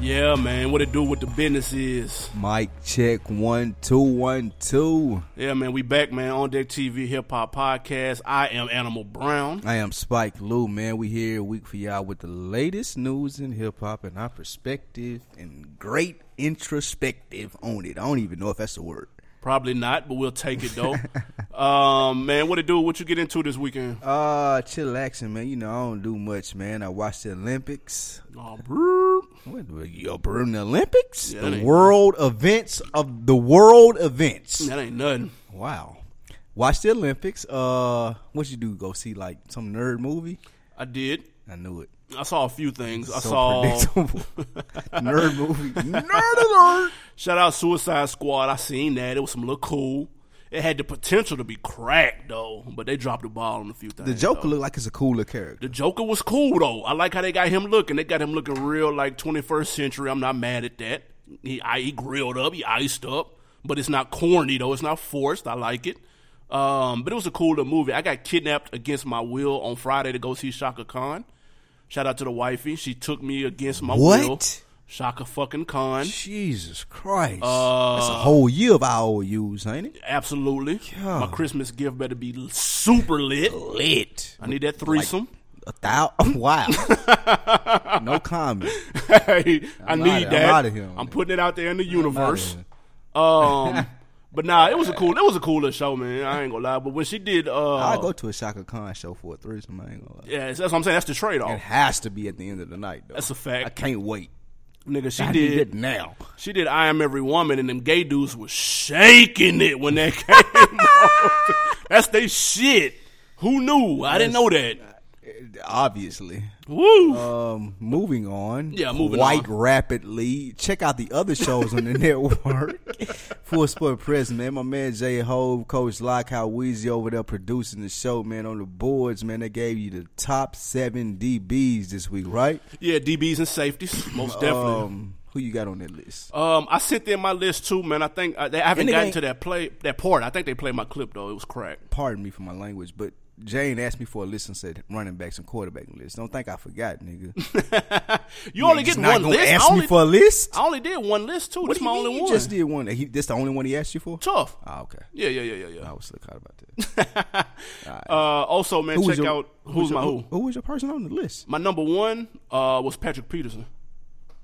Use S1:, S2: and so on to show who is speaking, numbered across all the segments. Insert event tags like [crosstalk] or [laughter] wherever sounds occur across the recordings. S1: Yeah, man. What it do? What the business is?
S2: Mic check one two one two.
S1: Yeah, man. We back, man. On Deck TV, Hip Hop Podcast. I am Animal Brown.
S2: I am Spike Lou, man. We here a week for y'all with the latest news in hip hop and our perspective and great introspective on it. I don't even know if that's a word.
S1: Probably not, but we'll take it
S2: [laughs]
S1: though. um, man, what it do? What you get into this weekend?
S2: Uh chillaxing, man. You know I don't do much, man. I watched the Olympics.
S1: Oh, brr.
S2: What yo bro in the Olympics?
S1: Yeah, that
S2: the
S1: ain't-
S2: world events of the world events.
S1: That ain't nothing.
S2: Wow. Watch the Olympics. Uh what you do? Go see like some
S1: [laughs]
S2: nerd movie?
S1: I did.
S2: I knew it.
S1: I saw a few things. I
S2: so
S1: saw. [laughs]
S2: predictable. nerd movie. Nerd alert.
S1: Shout out Suicide Squad. I seen that. It was some little cool. It had the potential to be cracked though, but they dropped the ball on a few things.
S2: [laughs] The Joker look like it's a cooler character.
S1: The Joker was cool though. I like how they got him looking. They got him looking real like 21st century. I'm not mad at that. He I, he grilled up, he iced up, but it's not corny though. It's not forced. I like it. Um, but it was a cool little movie. I got kidnapped against my will on Friday to go see Shaka Khan. Shout out to the wifey. She took me against my will.
S2: What?
S1: Shaka fucking Khan. Uh,
S2: Jesus Christ. That's a whole year of IOUs, ain't it?
S1: Absolutely. My Christmas gift better be super lit.
S2: Lit.
S1: I need that threesome. [laughs]
S2: A thousand. [laughs] Wow. no comment.
S1: hey, I
S2: I'm
S1: need
S2: outta- I'm
S1: that.
S2: outta here on
S1: I'm
S2: that.
S1: putting it out there in the universe.
S2: here.
S1: Um, [laughs] but nah, it was a cool. It was a cool little show, man. I ain't gonna lie. But when she did, uh,
S2: I go to a Shaka Khan show for a threesome. I ain't gonna lie.
S1: yeah, that's what I'm saying. That's the trade
S2: It
S1: off.
S2: has to be at the end of the night, though.
S1: That's a
S2: I
S1: fact,
S2: can't wait.
S1: nigga. She
S2: I need it
S1: did.
S2: now.
S1: She did. I am every woman, and them gay dudes was shaking it when that [laughs] came. on. That's they shit. Who knew? I didn't know that.
S2: eh, Obviously.
S1: Woo.
S2: Um, moving on.
S1: Yeah, moving
S2: Quite rapidly. Check out the other shows on the [laughs] network. Full Sport Press, man. My man Jay Hove, Coach Lockout, Weezy over there producing the show, man. On the boards, man, they gave you the top seven DBs this week, right?
S1: yeah, DBs and safeties, most definitely.
S2: Um, who you got on that list?
S1: Um, I sent them my list too, man. I think uh, they, I haven't
S2: And they
S1: gotten
S2: ain't-
S1: to that play that part. I think they played my clip though. It was cracked.
S2: Pardon me for my language, but Jane asked me for a list and said running backs and quarterback list. Don't think I forgot, nigga.
S1: You only
S2: He's
S1: get
S2: not
S1: one
S2: gonna
S1: list.
S2: ask
S1: I only,
S2: me for a list.
S1: I only did one list too.
S2: What
S1: That's
S2: do
S1: my
S2: you mean?
S1: only
S2: You
S1: one.
S2: Just did one. He, this the only one he asked you for.
S1: Tough.
S2: Ah, okay.
S1: Yeah, yeah, yeah, yeah,
S2: I
S1: yeah.
S2: was slick out about that.
S1: Uh, also, man,
S2: was
S1: check
S2: your-
S1: out who's my who.
S2: Who was your person on the list?
S1: My number one uh, was Patrick Peterson,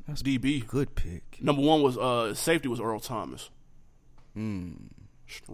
S1: DB.
S2: Good pick.
S1: Number one was uh, safety was Earl Thomas. Strong.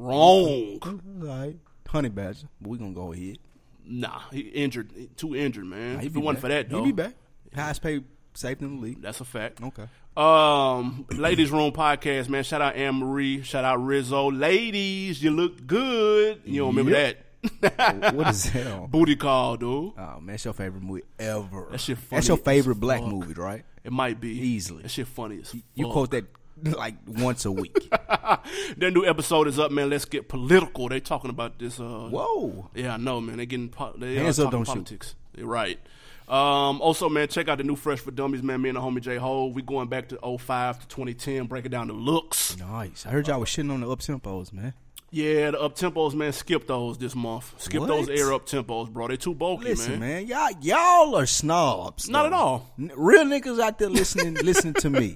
S2: Alright. Hmm. Honey Badger. But we gonna go ahead.
S1: Nah, he injured. He Too injured, man.
S2: He
S1: if
S2: be
S1: it wasn't
S2: back.
S1: for that, though,
S2: He be back. Highest paid safety in the league.
S1: That's a fact.
S2: Okay.
S1: Um, [clears throat] Ladies Room Podcast, man. Shout out Anne Marie. Shout out Rizzo. Ladies, you look good. You don't remember
S2: Yep.
S1: that? [laughs]
S2: what is that on?
S1: Booty call, dude.
S2: Oh man, that's your favorite movie ever.
S1: That shit
S2: That's your
S1: funny as
S2: favorite black
S1: fuck.
S2: movie, right? [laughs]
S1: It might be
S2: Easily.
S1: That shit funny as fuck.
S2: You quote that [laughs] like once a week.
S1: [laughs] Their new episode is up, man. Let's get political. They talking about this. Uh,
S2: Whoa.
S1: Yeah, I know, man. They getting po- they
S2: Hands
S1: uh,
S2: up,
S1: talking
S2: don't shoot.
S1: politics. They right. Um, also, man, check out the new Fresh for Dummies, man. Me and the homie J Ho. We going back to 05 to 2010, breaking down the looks.
S2: Nice. I heard y'all was shitting on the up tempos, man.
S1: Yeah, the up tempos, man. Skip those this month. Skip
S2: What?
S1: those air up tempos, bro. They too bulky,
S2: Listen,
S1: man.
S2: man, y'all y'all are snobs.
S1: Not
S2: though.
S1: at all.
S2: N- Real niggas out
S1: [laughs]
S2: there listening, listening to me.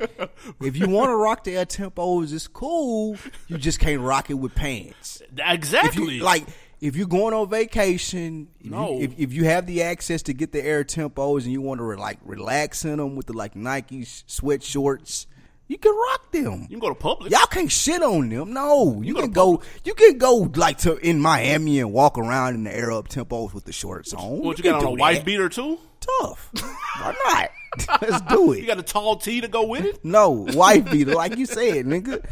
S2: If you want to rock the air tempos, it's cool. You just can't rock it with pants. If
S1: Exactly.
S2: you, like if you're going on vacation, if,
S1: No.
S2: you, if, if you have the access to get the air tempos and you want to re- like relax in them with the like Nike s- sweat shorts, you can rock them.
S1: you can go to public.
S2: Y'all can't shit on them. No, you can go. You can go like to in Miami and walk around in the air up tempos with the shorts on.
S1: What you,
S2: can
S1: got on
S2: do
S1: a
S2: that
S1: wife beater too?
S2: tough. [laughs] Why not? Let's do
S1: [laughs] You
S2: it.
S1: got a tall tee to go with it?
S2: No, wife beater, like you said, nigga.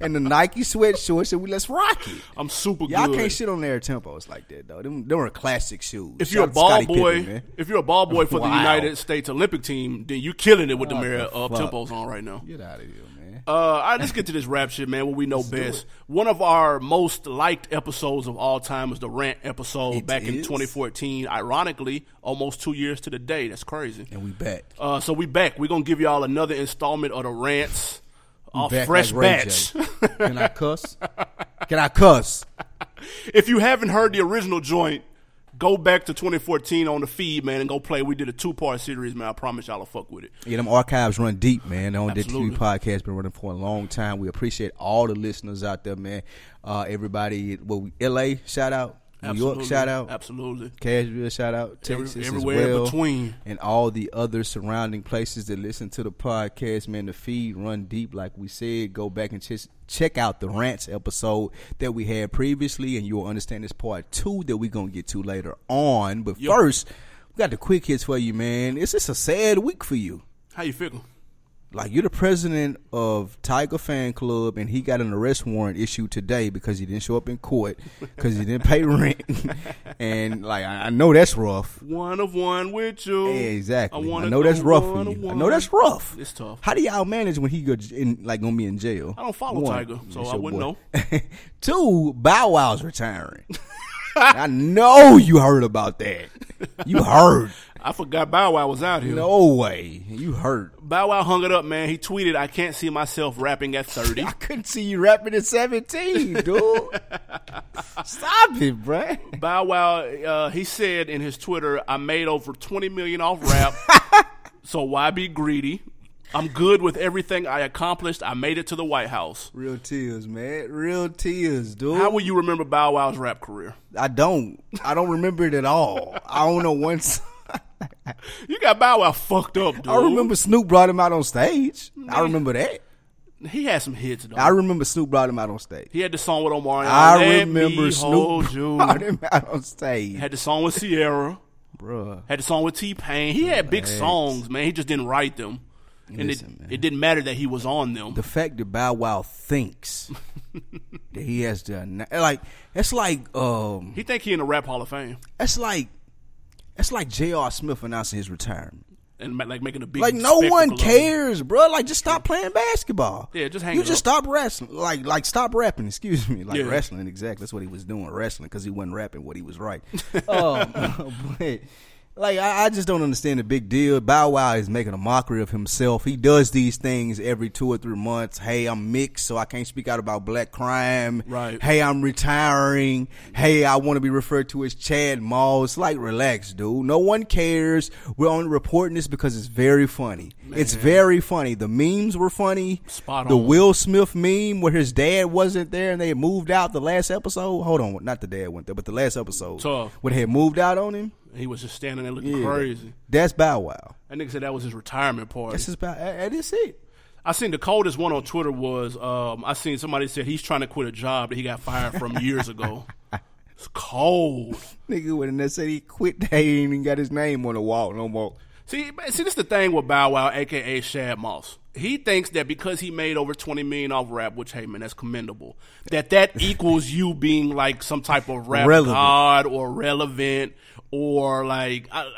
S2: And the Nike sweat shorts, and we let's rock it.
S1: I'm super
S2: Y'all
S1: good.
S2: can't shit on their tempos like that though. Them, them are classic shoes.
S1: if you're a
S2: Shout out to
S1: ball
S2: Scottie
S1: boy,
S2: Pippen, man.
S1: if you're a ball boy for the
S2: Wow.
S1: United States Olympic team, then you killing it with the
S2: What
S1: mayor
S2: the
S1: up
S2: fuck?
S1: uh, tempos on right now.
S2: get out of here, man.
S1: Uh, all right, let's get to this rap shit, man. What we know best. One of our most liked episodes of all time was the rant episode
S2: It
S1: back in
S2: is?
S1: 2014. Ironically, almost two years to the day. That's crazy.
S2: And we back.
S1: Uh, so we back. We're gonna give y'all another installment of the rants. A
S2: Back
S1: fresh
S2: like Ray
S1: batch.
S2: J.
S1: [laughs]
S2: Can I cuss? Can I cuss?
S1: if you haven't heard the original joint, Go back to 2014 on the feed, man, and go play. We did a two part series, man. I promise y'all will fuck with it.
S2: Yeah, them archives run deep, man. The On Dead TV
S1: Absolutely.
S2: podcast been running for a long time. We appreciate all the listeners out there, man. Uh, everybody, well, L.A. shout out, New
S1: Absolutely.
S2: York shout out,
S1: Absolutely.
S2: Cashville shout out,
S1: Every-
S2: Texas
S1: everywhere
S2: as well,
S1: in between.
S2: and all the other surrounding places that listen to the podcast. Man, the feed run deep, like we said. Go back and ch- check out the rants episode that we had previously, and you will understand this part two that we're gonna get to later on. But
S1: Yep.
S2: first, we got the quick hits for you, man. It's just a sad week for you
S1: How you feeling?
S2: like you're the president of Tiger Fan Club, and he got an arrest warrant issued today because he didn't show up in court because he didn't pay [laughs] rent, and like I, I know that's rough.
S1: One of one with you.
S2: Yeah, exactly. I,
S1: wanna
S2: know that's
S1: go
S2: rough for
S1: one of
S2: you. I
S1: one.
S2: know that's rough.
S1: It's tough.
S2: How do y'all manage when he go j- in, like gonna be in jail?
S1: I don't follow Tiger, so
S2: it's
S1: I
S2: your
S1: wouldn't
S2: boy. [laughs] Two, Bow Wow's retiring. [laughs] I know you heard about that.
S1: [laughs]
S2: You heard.
S1: I forgot Bow Wow was out here.
S2: No way. You heard.
S1: Bow Wow hung it up, man. He tweeted, "I can't see myself rapping at 30.
S2: [laughs] I couldn't see you rapping at 17,
S1: [laughs]
S2: dude. Stop it, bruh.
S1: Bow Wow, uh, he said in his Twitter, "I made over twenty million off
S2: [laughs]
S1: rap, so why be greedy? I'm good with everything I accomplished. I made it to the White House.
S2: Real tears, man. Real tears, dude.
S1: How will you remember Bow Wow's rap career?
S2: I don't. I don't remember it at all. I don't know once.
S1: [laughs] You got Bow Wow fucked up, dude.
S2: I remember Snoop brought him out on stage. I remember that.
S1: he had some hits though.
S2: I remember Snoop brought him out on stage. [laughs]
S1: he had the song with Omar. and
S2: I
S1: Let
S2: remember
S1: Me
S2: Snoop
S1: Hold You.
S2: brought him out on stage,
S1: Had the song with Sierra.
S2: bruh.
S1: Had the song with T Pain. He had big songs, man. He just didn't write them, and
S2: Listen, man.
S1: it, it didn't matter that he was on them.
S2: the fact that Bow Wow
S1: [laughs]
S2: thinks that he has to like that's like um
S1: he think he in the Rap Hall of Fame
S2: That's like that's like J.R. Smith announcing his retirement.
S1: and ma- like making a big
S2: Like no one
S1: spectacle of it.
S2: cares, bro. Like just stop playing basketball.
S1: Yeah, just hang
S2: You
S1: it
S2: just stop wrestling. Like like stop rapping. Excuse me. Like
S1: Yeah.
S2: wrestling. Exactly. That's what he was doing. Wrestling because he wasn't rapping what he
S1: [laughs]
S2: was right. um, [laughs] but like I, I just don't understand the big deal. Bow Wow is making a mockery of himself. He does these things every two or three months. Hey, I'm mixed, so I can't speak out about black crime.
S1: Right.
S2: Hey, I'm retiring. Hey, I want to be referred to as Chad Moss. Like, relax, dude. No one cares. We're only reporting this because it's very funny. It's very funny. The memes were funny.
S1: Spot
S2: the
S1: on.
S2: Will Smith meme where his dad wasn't there and they had moved out the last episode. Hold on, not the dad went there, but the last episode.
S1: Tough.
S2: Where they had moved out on him.
S1: He was just standing there looking
S2: Yeah.
S1: crazy.
S2: That's Bow Wow.
S1: That nigga said that was his retirement party.
S2: That's just Bow. That is it.
S1: I seen the coldest one on Twitter was um, I seen somebody said he's trying to quit a job that he got fired from years
S2: [laughs]
S1: ago. It's cold.
S2: Nigga went in there said he quit. [laughs] They ain't even got his name on the wall no more.
S1: See, man, see, this is the thing with Bow Wow, aka Shad Moss. He thinks that because he made over twenty million off rap, which hey man, that's commendable. That
S2: [laughs]
S1: that equals you being like some type of rap
S2: Relevant.
S1: god or relevant or like I,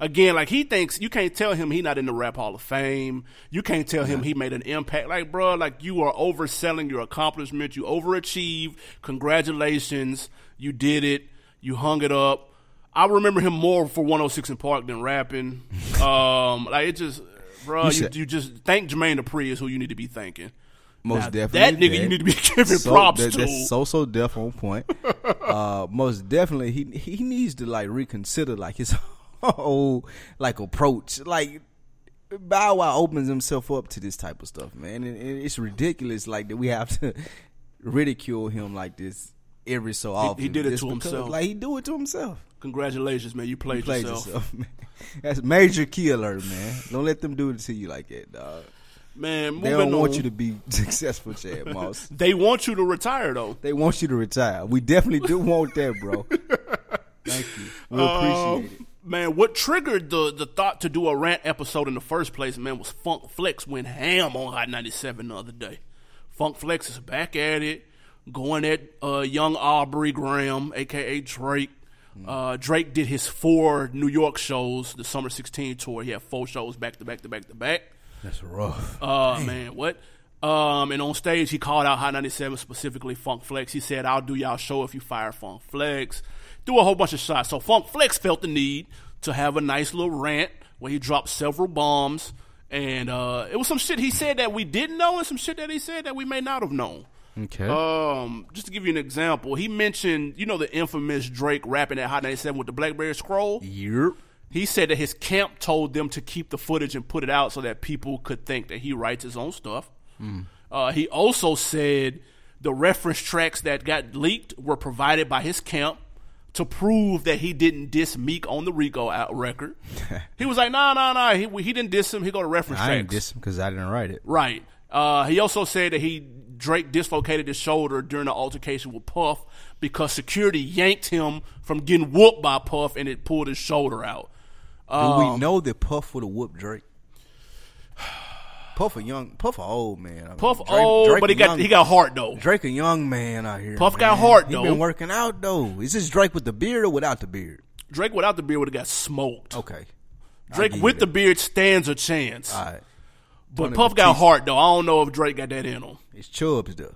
S1: again, like he thinks you can't tell him he not in the rap hall of fame. You can't tell him he made an impact. Like bro, like you are overselling your accomplishment. You overachieve. Congratulations, you did it. You hung it up. I remember him more for 106 in Park than
S2: [laughs]
S1: rapping. Um, like it just, bro, you, you,
S2: said-
S1: just thank Jermaine Dupri is who you need to be thanking.
S2: Most
S1: Now,
S2: definitely.
S1: that nigga you need to be [laughs] giving props to.
S2: That's so so def
S1: [laughs]
S2: on point. uh, most definitely, he he needs to like reconsider like his [laughs] whole like approach. Like Bow Wow opens himself up to this type of stuff, man, and, and it's ridiculous. Like that we have to [laughs] ridicule him like this every so often.
S1: he did it
S2: just
S1: to himself.
S2: Like he do it to himself.
S1: Congratulations, man! You played,
S2: Plays
S1: yourself.
S2: himself, man. That's major key alert, man. Don't let them do it to you like that, dog.
S1: man. Moving
S2: They don't
S1: on.
S2: want you to be [laughs]
S1: [laughs]
S2: successful, Chad Moss.
S1: [laughs] They want you to retire though.
S2: They want you to retire. We definitely do want that,
S1: [laughs]
S2: bro. Thank you. [laughs] We appreciate it.
S1: Um, Man, what triggered the the thought to do a rant episode in the first place, man, was Funk Flex went ham on Hot 97 the other day. Funk Flex is back at it, going at uh, young Aubrey Graham, aka Drake.
S2: Mm.
S1: Uh, Drake did his four New York shows, the Summer 16 tour. He had four shows back to back to back to back.
S2: That's rough.
S1: Uh, man, what? Um, and on stage, he called out Hot 97, specifically Funk Flex. He said, I'll do y'all show if you fire Funk Flex. Do a whole bunch of shots. So Funk Flex felt the need to have a nice little rant where he dropped several bombs. And uh, it was some shit he said that we didn't know and some shit that he said that we may not have known.
S2: Okay.
S1: Um, just to give you an example, he mentioned you know the infamous Drake rapping at Hot 97 with the BlackBerry scroll.
S2: yep.
S1: He said that his camp told them to keep the footage and put it out so that people could think that he writes his own stuff.
S2: Hmm.
S1: Uh, he also said the reference tracks that got leaked were provided by his camp to prove that he didn't diss Meek on the Rico out record. he was like, nah, nah, nah. He, he didn't diss him. He go to reference
S2: I
S1: tracks.
S2: ain't diss him because I didn't write it.
S1: Right. Uh, he also said that he Drake dislocated his shoulder during an altercation with Puff because security yanked him from getting whooped by Puff and it pulled his shoulder out. Um,
S2: But we know that Puff would have whooped Drake. Puff a young, Puff a old man. I mean,
S1: Puff
S2: Drake-
S1: old,
S2: Drake
S1: but he
S2: a
S1: got
S2: young-
S1: he got heart though.
S2: Drake a young man out here.
S1: Puff got
S2: man.
S1: heart,
S2: He
S1: though.
S2: been working out though. Is this Drake with the beard or without the beard?
S1: Drake without the beard would have got smoked.
S2: Okay.
S1: Drake with the beard stands a chance.
S2: All right.
S1: but Puff got heart though. I don't know if Drake got that in him. [laughs]
S2: It's Chubbs though.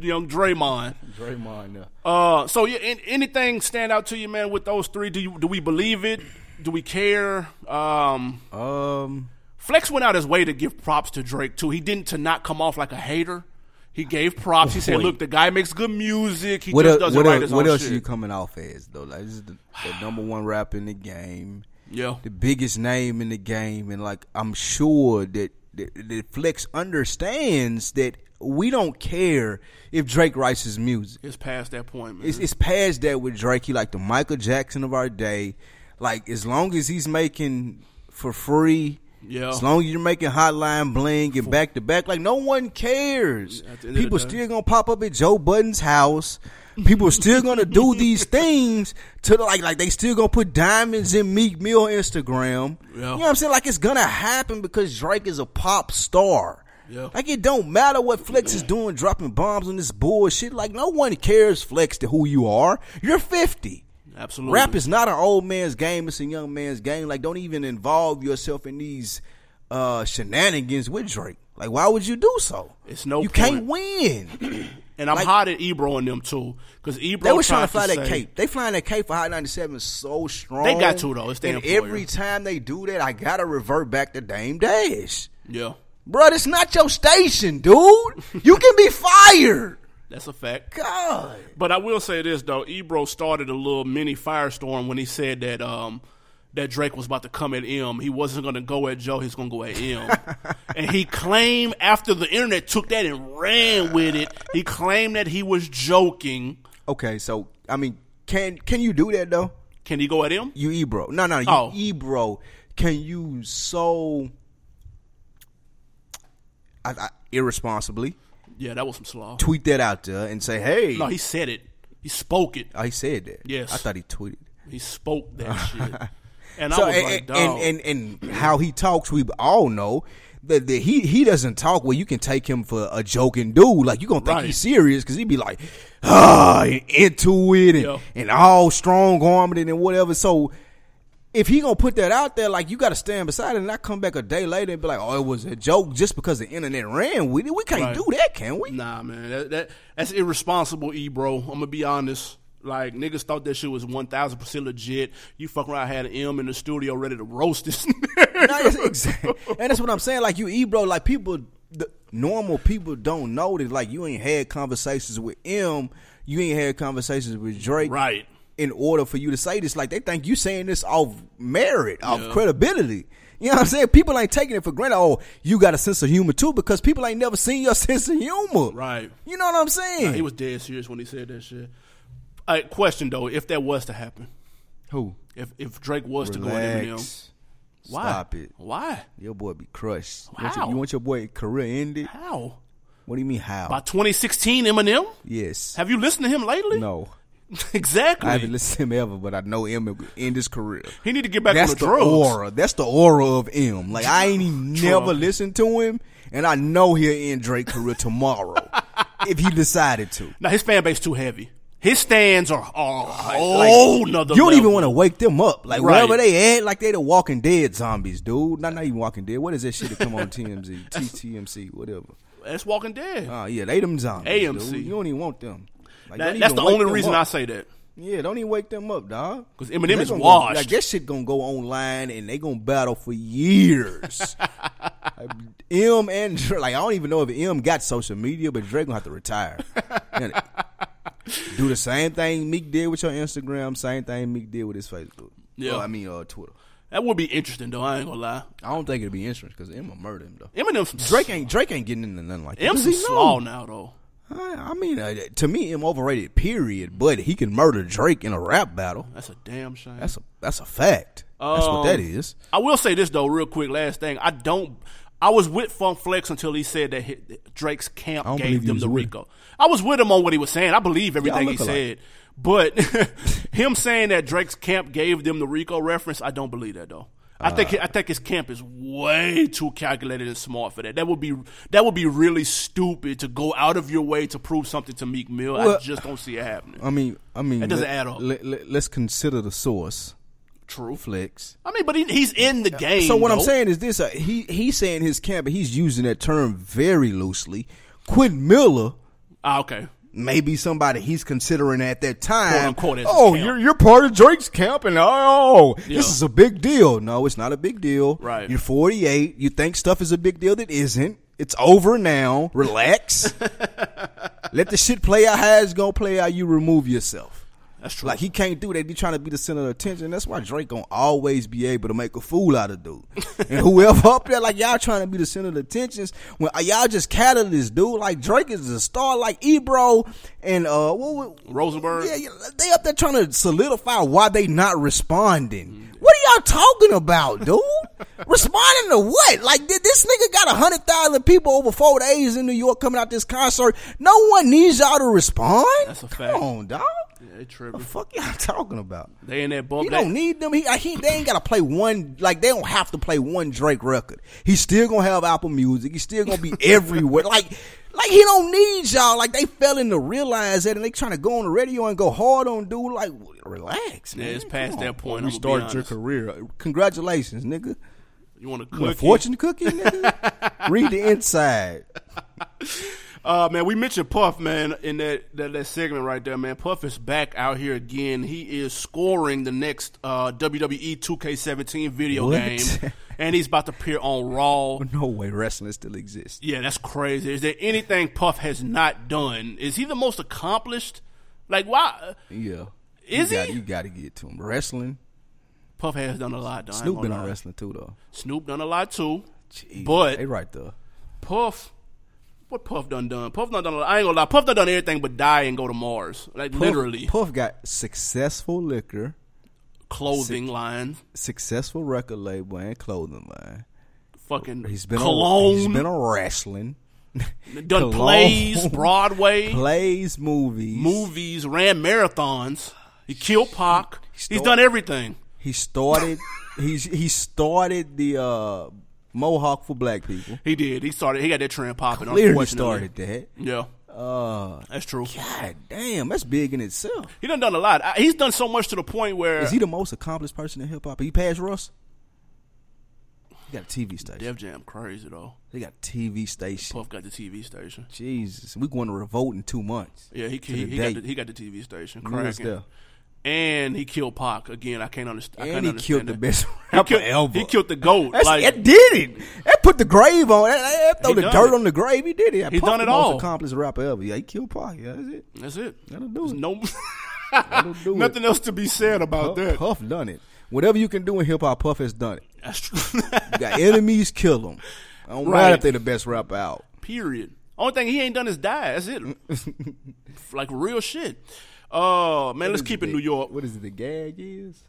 S1: Young Draymond.
S2: Draymond though.
S1: Uh, so yeah, an- anything stand out to you, man? With those three, do you do we believe it? Do we care? Um,
S2: Um,
S1: Flex went out his way to give props to Drake too. He didn't to not come off like a hater. He gave props. He said,
S2: Wait.
S1: "Look, the guy makes good music. He
S2: what
S1: just
S2: el-
S1: doesn't
S2: what,
S1: write
S2: el-
S1: his
S2: what
S1: own
S2: else
S1: shit."
S2: are you coming off as though? Like this is the, the number one rapper in the game,
S1: yeah,
S2: the biggest name in the game, and like I'm sure that that, that Flex understands that we don't care if Drake writes his music.
S1: it's past that point, man.
S2: It's, it's past that with Drake. He like the Michael Jackson of our day. Like as long as he's making for free.
S1: Yeah.
S2: As long as you're making hotline bling and back to back, like no one cares.
S1: At the end of the
S2: People
S1: day.
S2: still gonna pop up at Joe Budden's house. People still
S1: [laughs]
S2: gonna do these things to the- like like they still gonna put diamonds in Meek Mill on Instagram.
S1: Yeah.
S2: You know what I'm saying? Like it's gonna happen because Drake is a pop star.
S1: Yeah.
S2: Like it don't matter what Flex is doing, dropping bombs on this bullshit. Like no one cares, Flex, to who you are. You're fifty.
S1: Absolutely.
S2: Rap is not an old man's game; it's a young man's game. Like don't even involve yourself in these uh, shenanigans with Drake. Like why would you do so?
S1: It's no
S2: You
S1: point.
S2: can't win.
S1: [clears throat] and I'm
S2: like-
S1: hot at Ebro and them too because Ebro
S2: They was trying to
S1: tried
S2: fly that
S1: say-
S2: cape. They flying that cape for Hot 97 so strong.
S1: They got to, though. It's their
S2: And
S1: employer.
S2: every time they do that, I gotta revert back to Dame Dash.
S1: Yeah,
S2: Bruh, it's not your station, dude. You can be fired.
S1: that's a fact.
S2: God.
S1: But I will say this though, Ebro started a little mini firestorm when he said that um that Drake was about to come at M. He wasn't gonna go at Joe, he's gonna go at
S2: [laughs]
S1: M. and he claimed after the internet took that and ran with it, he claimed that he was joking.
S2: Okay, so I mean, can can you do that though?
S1: Can he go at him?
S2: You Ebro. No, no, you
S1: Oh.
S2: Ebro. Can you so I, I, irresponsibly
S1: Yeah, that was some slaw.
S2: tweet that out there and say, "Hey,
S1: No, he said it. He spoke it.
S2: oh, he said that."
S1: Yes.
S2: I thought he tweeted.
S1: He spoke that
S2: [laughs]
S1: shit. And
S2: So
S1: I was
S2: and,
S1: like, dog.
S2: and, and and how he talks, we all know that, that he he doesn't talk where you can take him for a joking dude. Like you gonna think
S1: Right.
S2: he's serious because he'd be like, ah, and into it and,
S1: Yeah.
S2: and all strong armed and whatever. So if he gonna put that out there, like you got to stand beside it and not come back a day later and be like, oh, it was a joke just because the internet ran with it. We can't
S1: Right.
S2: do that, can we?
S1: Nah, man, that, that that's irresponsible, Ebro. I'm gonna be honest. Like niggas thought that shit was one thousand percent legit. You fuck around, had an M in the studio ready to roast this. [laughs] nigga.
S2: No, that's exactly. And that's what I'm saying. Like you, Ebro, like people, the normal people don't know that. Like you ain't had conversations with him. You ain't had conversations with Drake,
S1: right?
S2: In order for you to say this, like they think you saying this off merit, off
S1: Yeah.
S2: credibility. You know what I'm saying? People ain't taking it for granted. Oh, you got a sense of humor too, because people ain't never seen your [laughs] sense of humor.
S1: Right.
S2: You know what I'm saying?
S1: He was dead serious when he said that shit. I question though, if that was to happen,
S2: Who?
S1: if if Drake was to go at Eminem,
S2: Relax.
S1: why?
S2: Stop it.
S1: Why?
S2: Your boy be crushed. You want your-
S1: How?
S2: you want your boy career ended?
S1: How?
S2: What do you mean how?
S1: By 2016, Eminem.
S2: yes.
S1: Have you listened to him lately?
S2: No.
S1: [laughs] exactly.
S2: I haven't listened to him ever, but I know him in his career.
S1: he need to get back
S2: That's
S1: on
S2: the
S1: the drugs.
S2: aura. That's the aura of him. Like I
S1: [laughs]
S2: ain't even never
S1: Drug.
S2: listened to him, and I know he'll end Drake career
S1: [laughs]
S2: tomorrow if he decided to.
S1: Now his fan base too heavy. His stands are, are a
S2: Like,
S1: whole nother.
S2: Oh, You don't even
S1: level.
S2: want to wake them up. Like
S1: Right.
S2: wherever they at, like they the Walking Dead zombies, dude. Not not even Walking Dead. What is that shit that come
S1: [laughs]
S2: on TMZ, TTMC, whatever?
S1: That's Walking Dead.
S2: Oh yeah, they them zombies.
S1: AMC.
S2: dude. You don't even want them. Like,
S1: That-
S2: don't
S1: that's
S2: even
S1: the
S2: wake
S1: only
S2: them
S1: reason
S2: up.
S1: I say that.
S2: [laughs] Yeah, don't even wake them up, dog.
S1: 'Cause Eminem
S2: They
S1: is
S2: gonna
S1: washed. [laughs]
S2: Go, like, that shit gonna go online and they gonna battle for years. M and Dre, like I don't even know if M got social media, but Drake gonna have
S1: [laughs]
S2: to retire. And do the same thing Meek did with your Instagram, same thing Meek did with his Facebook.
S1: Yeah.
S2: Well, I mean uh, Twitter.
S1: That would be interesting though. I ain't gonna lie.
S2: I don't think it'd be interesting because M will murder him though.
S1: Eminem some
S2: Drake ain't Drake ain't getting into nothing like that.
S1: M's
S2: 'Cause he
S1: some
S2: know.
S1: slaw now though.
S2: I, I mean, uh, to me, M overrated. Period. But he can murder Drake in a rap battle.
S1: That's a Oh. damn shame.
S2: That's a that's a fact. that's what that is.
S1: I will say this though, real quick. Last thing, I don't. I was with Funk Flex until he said that hi- Drake's camp
S2: don't believe
S1: gave
S2: you
S1: them
S2: was
S1: the
S2: with
S1: Rico. I was with him on what he was saying. I believe everything
S2: Y'all
S1: he
S2: look alike.
S1: said, but [laughs] him saying that Drake's camp gave them the Rico reference, I don't believe that though. I think
S2: Uh.
S1: I think his camp is way too calculated and smart for that. That would be that would be really stupid to go out of your way to prove something to Meek Mill. I
S2: Well-
S1: just don't see it happening.
S2: I mean, I mean,
S1: That doesn't add up.
S2: Let, us consider the source,
S1: True.
S2: Flex.
S1: I mean, but he, he's in the game.
S2: So what I'm
S1: though.
S2: saying is this: uh, he he's saying his camp, but he's using that term very loosely. Quentin Miller
S1: Ah, okay.
S2: may be somebody he's considering at that time.
S1: unquote, as his
S2: oh,
S1: camp."
S2: you're you're part of Drake's camp, and oh,
S1: Yeah.
S2: this is a big deal. No, it's not a big deal.
S1: Right.
S2: You're 48. You think stuff is a big deal that isn't. It's over now.
S1: [laughs]
S2: Relax. Let the shit play out how it's gonna play out. You remove yourself.
S1: That's true.
S2: Like he can't do that. He trying to be the center of attention. That's why Drake gonna always be able to make a fool out
S1: [laughs]
S2: of dude. and whoever up there, like y'all trying to be the center of attentions when uh, y'all just cattle this dude. Like Drake is a star. Like Ebro and uh, what? wa-
S1: Rosenberg.
S2: Yeah, yeah, they up there trying to solidify why they not responding. What are y'all talking
S1: [laughs]
S2: about, dude? responding to what? Like thi- this nigga got a hundred thousand people over four days in New York coming out this concert. No one needs y'all to respond.
S1: That's a
S2: Come
S1: fact.
S2: on, dog.
S1: They
S2: The
S1: tripping.
S2: fuck y'all talking about?
S1: They in that bump.
S2: You
S1: They-
S2: don't need them. He, he they ain't gotta play one like they don't have to play one Drake record. He's still gonna have Apple Music. He's still
S1: [laughs]
S2: gonna be everywhere. Like like he don't need y'all. Like they failing to realize that, and they trying to go on the radio and go hard on dude. Like relax, man.
S1: it's past
S2: Come on.
S1: that point,
S2: You
S1: I'ma be
S2: started your
S1: honest.
S2: career. Congratulations, nigga.
S1: you want to
S2: You a
S1: cook?
S2: fortune
S1: [laughs]
S2: cookie, nigga. Read the inside.
S1: Uh, man, we mentioned Puff, man, in that, that that segment right there, man. Puff is back out here again. He is scoring the next uh, WWE 2K17 video
S2: What?
S1: game, and he's about to appear on Raw.
S2: Oh, No way, wrestling still exists.
S1: Yeah, that's crazy. Is there anything Puff has not done? Is he the most accomplished? Like, why?
S2: Yeah,
S1: Is
S2: you gotta,
S1: he?
S2: You got to get to him. Wrestling.
S1: Puff has done a lot. though, I ain't
S2: Snoop
S1: gonna
S2: been on
S1: lie.
S2: wrestling too, though.
S1: Snoop done a lot too, but
S2: they right though.
S1: Puff, what Puff done done? Puff done done. I ain't gonna lie. Puff done done everything but die and go to Mars. Like literally,
S2: Puff got successful liquor,
S1: clothing line,
S2: successful record label, and clothing line.
S1: fucking
S2: He's been
S1: cologne,
S2: On, he's been on wrestling,
S1: done
S2: [laughs] Cologne.
S1: plays, Broadway,
S2: [laughs] plays, movies.
S1: movies, ran marathons. He killed Pac. He's
S2: stole-
S1: done everything.
S2: He started. he's he started the uh, mohawk for black people.
S1: He did. He started. He got that trend popping.
S2: Clearly
S1: unfortunately.
S2: started that. Uh,
S1: Yeah. that's true.
S2: God damn, that's big in itself.
S1: He done done a lot. I, he's done so much to the point where
S2: Is he the most accomplished person in hip hop? He passed Russ. He got a TV station.
S1: Def Jam crazy though.
S2: They got a TV station.
S1: Puff got the TV station.
S2: Jesus, we going to revolt in two months.
S1: Yeah, he
S2: the
S1: he, he, got,
S2: day.
S1: the, he got the TV station.
S2: Who was
S1: Cracking.
S2: there?
S1: And he killed Pac again. I can't understand. I
S2: And
S1: can't
S2: he
S1: understand
S2: killed
S1: that.
S2: the best [laughs]
S1: He
S2: rapper
S1: killed,
S2: ever.
S1: he killed the goat.
S2: That's,
S1: like
S2: that did it. That put the grave on. That, that throw
S1: He
S2: the
S1: done
S2: dirt
S1: it.
S2: on the grave. He did it.
S1: He
S2: Puff
S1: done
S2: the
S1: it
S2: most
S1: all.
S2: Accomplished rapper ever. Yeah, he killed Pac. Yeah, that's it.
S1: that's it.
S2: That'll do
S1: There's
S2: it.
S1: no [laughs]
S2: That'll do it.
S1: nothing else to be said about
S2: Puff,
S1: that.
S2: Puff done it. Whatever you can do in hip hop, Puff has done it.
S1: That's true. [laughs]
S2: You got enemies, kill them. I don't
S1: Right.
S2: matter if they the best rapper out.
S1: Period. Only thing he ain't done is die. That's
S2: [laughs]
S1: it. like real shit. Oh man, let's keep it
S2: The-
S1: New York.
S2: What is it? The gag
S1: [laughs]
S2: is.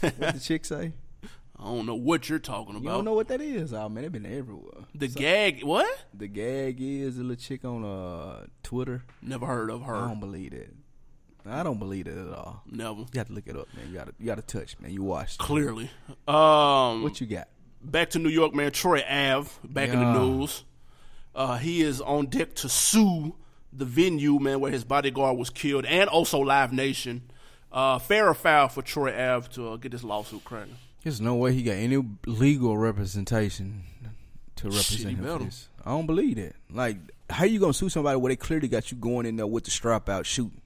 S2: what the chick say?
S1: I don't know what you're talking
S2: You
S1: about.
S2: don't know what that is. Oh man, it been everywhere.
S1: the gag. What?
S2: The gag is the little chick on uh Twitter.
S1: Never heard of her.
S2: I don't believe it. I don't believe it at all.
S1: Never.
S2: You got to look it up, man. You got to you got to touch, man. You watched.
S1: Clearly. Um.
S2: What you got?
S1: back to New York, man. Troy Ave back in
S2: Yeah.
S1: the news. Uh, he is on deck to sue the venue, man, where his bodyguard was killed, and also Live Nation. Uh, fair or foul for Troy Ave to uh, get this lawsuit cracking?
S2: There's no way he got any legal representation to represent
S1: Shit, he
S2: him. for
S1: better.
S2: this. I don't believe that. Like, how you gonna sue somebody where they clearly got you going in there with the strap out shooting?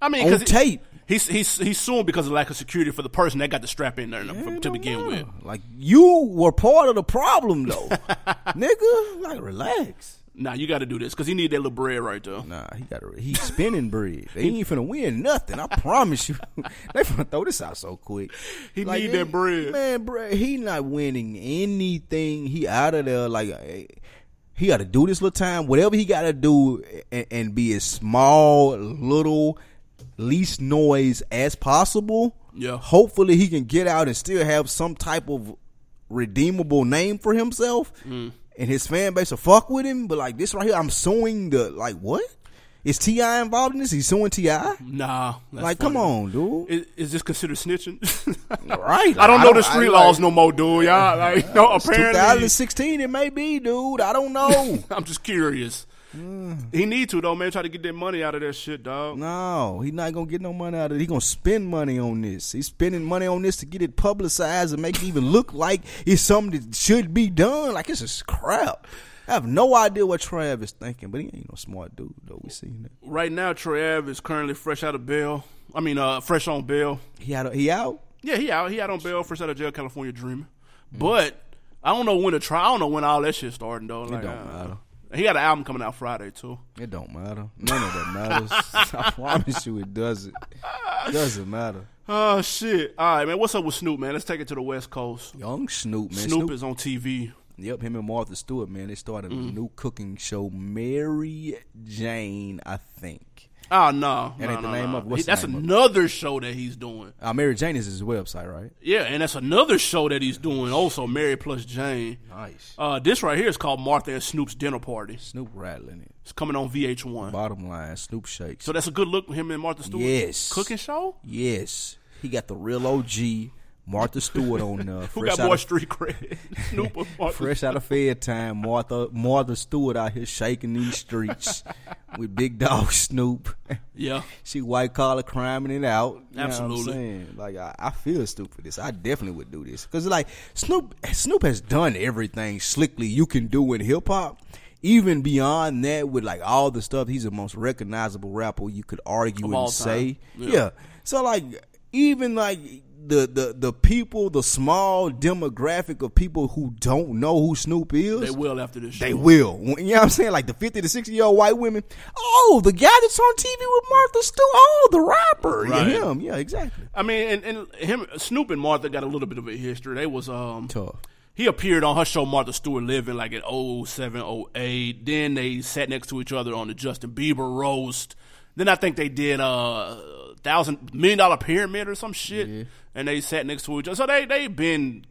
S1: I mean,
S2: On
S1: because
S2: tape.
S1: He's he's he's suing because of lack of security for the person that got the strap in there to- to begin with.
S2: Like you were part of the problem though, nigga. Like relax.
S1: Nah, you got to do this because he need that little bread right there.
S2: Nah, he got to. He's spinning bread. They ain't finna win nothing. I promise you. [laughs] they finna throw this out so quick.
S1: He need that bread.
S2: man. Bread. He not winning anything. He out of there. Like eh, he got to do this little time. Whatever he got to do, and, and be as small, little, least noise as possible.
S1: Yeah.
S2: Hopefully, he can get out and still have some type of redeemable name for himself,
S1: Mm.
S2: and his fan base will fuck with him. But like this right here, I'm suing the like what? Is Ti involved in this? He's suing Ti.
S1: Nah, that's
S2: Like,
S1: funny.
S2: come on, dude.
S1: Uh, Is, is this considered snitching? [laughs]
S2: Right.
S1: I don't know the
S2: I don't- I
S1: street
S2: like-
S1: laws no more, dude. Y'all
S2: [laughs]
S1: like no. Apparently,
S2: 2016, it may be, dude. I don't know.
S1: [laughs] I'm just curious. He need to though, man. Try to get that money out of that shit, dog.
S2: Mm. no, he's not gonna get no money out of it. He's gonna spend money on this. He's spending money on this to get it publicized and make it even look like it's something that should be done. Like it's just crap. I have no idea what Trav is thinking, but he ain't no smart dude though. We seen that.
S1: Right now, Trav is currently fresh out of bail. I mean, uh, fresh on bail.
S2: He out. Uh, He out.
S1: Yeah, he out. He out on bail, fresh out of jail, California dreaming. But I don't know when to try. I don't know when all that shit starting though. Like,
S2: don't
S1: I
S2: matter.
S1: know. He got an album coming out Friday too.
S2: It don't matter. None of that matters.
S1: [laughs]
S2: I promise you, it doesn't. Doesn't matter.
S1: Oh shit! All right, man. What's up with Snoop, man? Let's take it to the West Coast.
S2: Young Snoop, man.
S1: Snoop, is on Mm. TV.
S2: Yep, him and Martha Stewart, man, they started a new cooking show, Mary Jane, I think.
S1: Oh no,
S2: That
S1: no,
S2: ain't the
S1: no,
S2: name
S1: no.
S2: of it.
S1: He-
S2: What's the
S1: that's
S2: name of
S1: another show that he's doing.
S2: Uh, Mary Jane is his website, right?
S1: Yeah, and that's another show that he's doing. Also, Mary plus Jane.
S2: Nice.
S1: Uh, this right here is called Martha and Snoop's Dinner Party.
S2: Snoop rattling it.
S1: It's coming on VH1.
S2: Bottom line, Snoop shakes.
S1: So that's a good look for him and Martha Stewart.
S2: Yes.
S1: Cooking show?
S2: yes, he got the real OG, Martha Stewart on
S1: [laughs]
S2: uh,
S1: Who
S2: fresh
S1: got more
S2: out
S1: street cred? [laughs] Snoop or
S2: of,
S1: Martha?
S2: [laughs] fresh out of fair time. Martha Martha Stewart out here shaking these
S1: [laughs]
S2: streets with big dog Snoop.
S1: Yeah.
S2: [laughs] She white collar criming it out. You know what I'm
S1: Absolutely.
S2: saying? like I, I feel stupid for this. I definitely would do this because like Snoop Snoop has done everything slickly you can do in hip hop. Even beyond that, with like all the stuff, he's the most recognizable rapper you could argue
S1: all time.
S2: and say. Yeah. So like even like the, the the people, the small demographic of people who don't know who Snoop is,
S1: They will after this show.
S2: they will. You know what I'm saying? Like the 50 to 60 year old white women. Oh, the guy that's on TV with Martha Stewart. Oh, the rapper.
S1: Right.
S2: Yeah, him. Yeah, exactly.
S1: I mean, and, and him, Snoop and Martha got a little bit of a history. They was um,
S2: Tough.
S1: He appeared on her show Martha Stewart Living like oh at 07, 08. Then they sat next to each other on the Justin Bieber roast. Then I think they did uh, thousand million dollar pyramid or some shit, and they sat next to each other. So they they been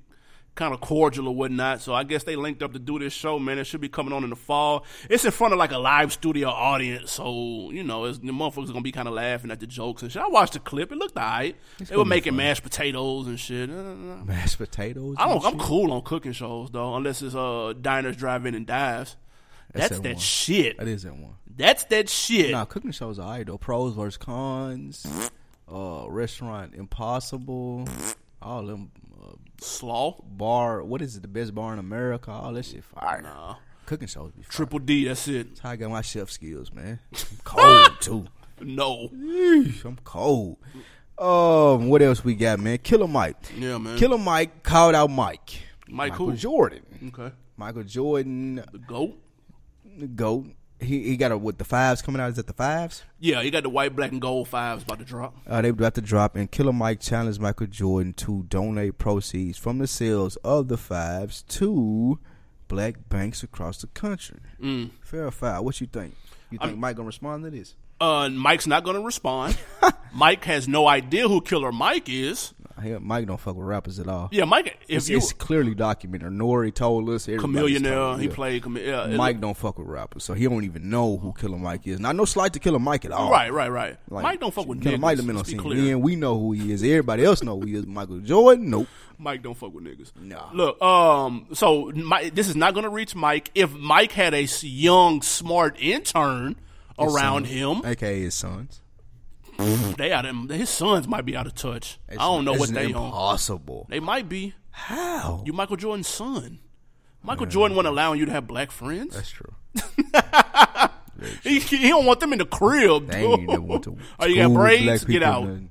S1: kind of cordial or whatnot. So I guess they linked up to do this show, man. It should be coming on in the fall. It's in front of like a live studio audience, so you know it's, the motherfuckers gonna be kind of laughing at the jokes and shit. I watched the clip; it looked alright. They were making mashed potatoes and shit. Uh,
S2: Mashed potatoes.
S1: I don't.
S2: and
S1: I'm cool on cooking shows though, unless it's uh diners, drive-in, and dives. That's,
S2: that
S1: that
S2: one.
S1: shit.
S2: shit. That is that one.
S1: That's that shit.
S2: Nah, cooking shows are alright though. Pros versus cons. Uh, restaurant impossible. All them uh,
S1: Slaw.
S2: bar. What is it? The best bar in America. All that shit fire.
S1: Nah.
S2: Cooking shows be fire.
S1: Triple D. That's it.
S2: That's how I got my chef skills, man.
S1: [laughs]
S2: I'm cold too.
S1: No.
S2: Yeesh, I'm cold. Um, what else we got, man? Killer Mike.
S1: Yeah, man.
S2: Killer Mike called out Mike.
S1: Mike
S2: Michael
S1: who?
S2: Jordan.
S1: Okay.
S2: Michael Jordan,
S1: The goat.
S2: the goat. He he got a what the fives coming out? Is that the fives?
S1: Yeah, you got the white, black, and gold fives about to drop.
S2: Uh, they about to drop, and Killer Mike challenged Michael Jordan to donate proceeds from the sales of the fives to black banks across the country. Mm. Fair or foul? What you think? You think Mike gonna respond to this?
S1: Uh, Mike's not going to
S2: [laughs]
S1: respond. Mike has no idea who Killer Mike is.
S2: I hear Mike don't fuck with rappers at all.
S1: Yeah, Mike. If
S2: It's,
S1: you
S2: it's clearly documented. Nori told us. everybody's
S1: chameleon,
S2: told,
S1: he
S2: yeah.
S1: played Chame- yeah, Uh, it-
S2: Mike don't fuck with rappers, so he don't even know who Killer Mike is. Now, no slight to Killer Mike at all.
S1: Right, right, right.
S2: Like,
S1: Mike don't fuck with
S2: Killer
S1: niggas.
S2: Mike done been on
S1: let's be clear.
S2: CNN. We know who he is. Everybody else know who he is. Michael Jordan, nope.
S1: Mike don't fuck with niggas.
S2: Nah.
S1: Look, um, so Mike, this is not going to reach Mike. If Mike had a s- young, smart intern around him,
S2: AKA his sons.
S1: they out of, his sons might be out of touch. I don't know
S2: It's
S1: what they on.
S2: impossible.
S1: They might be.
S2: How?
S1: You Michael Jordan's [laughs] son. Michael Jordan wasn't allowing you to have black friends.
S2: That's true. that
S1: He, he don't want them in the crib.
S2: They ain't
S1: dude.
S2: even want to
S1: [laughs] Oh, you got
S2: school black
S1: braids? Get
S2: people
S1: out. [laughs]
S2: nothing.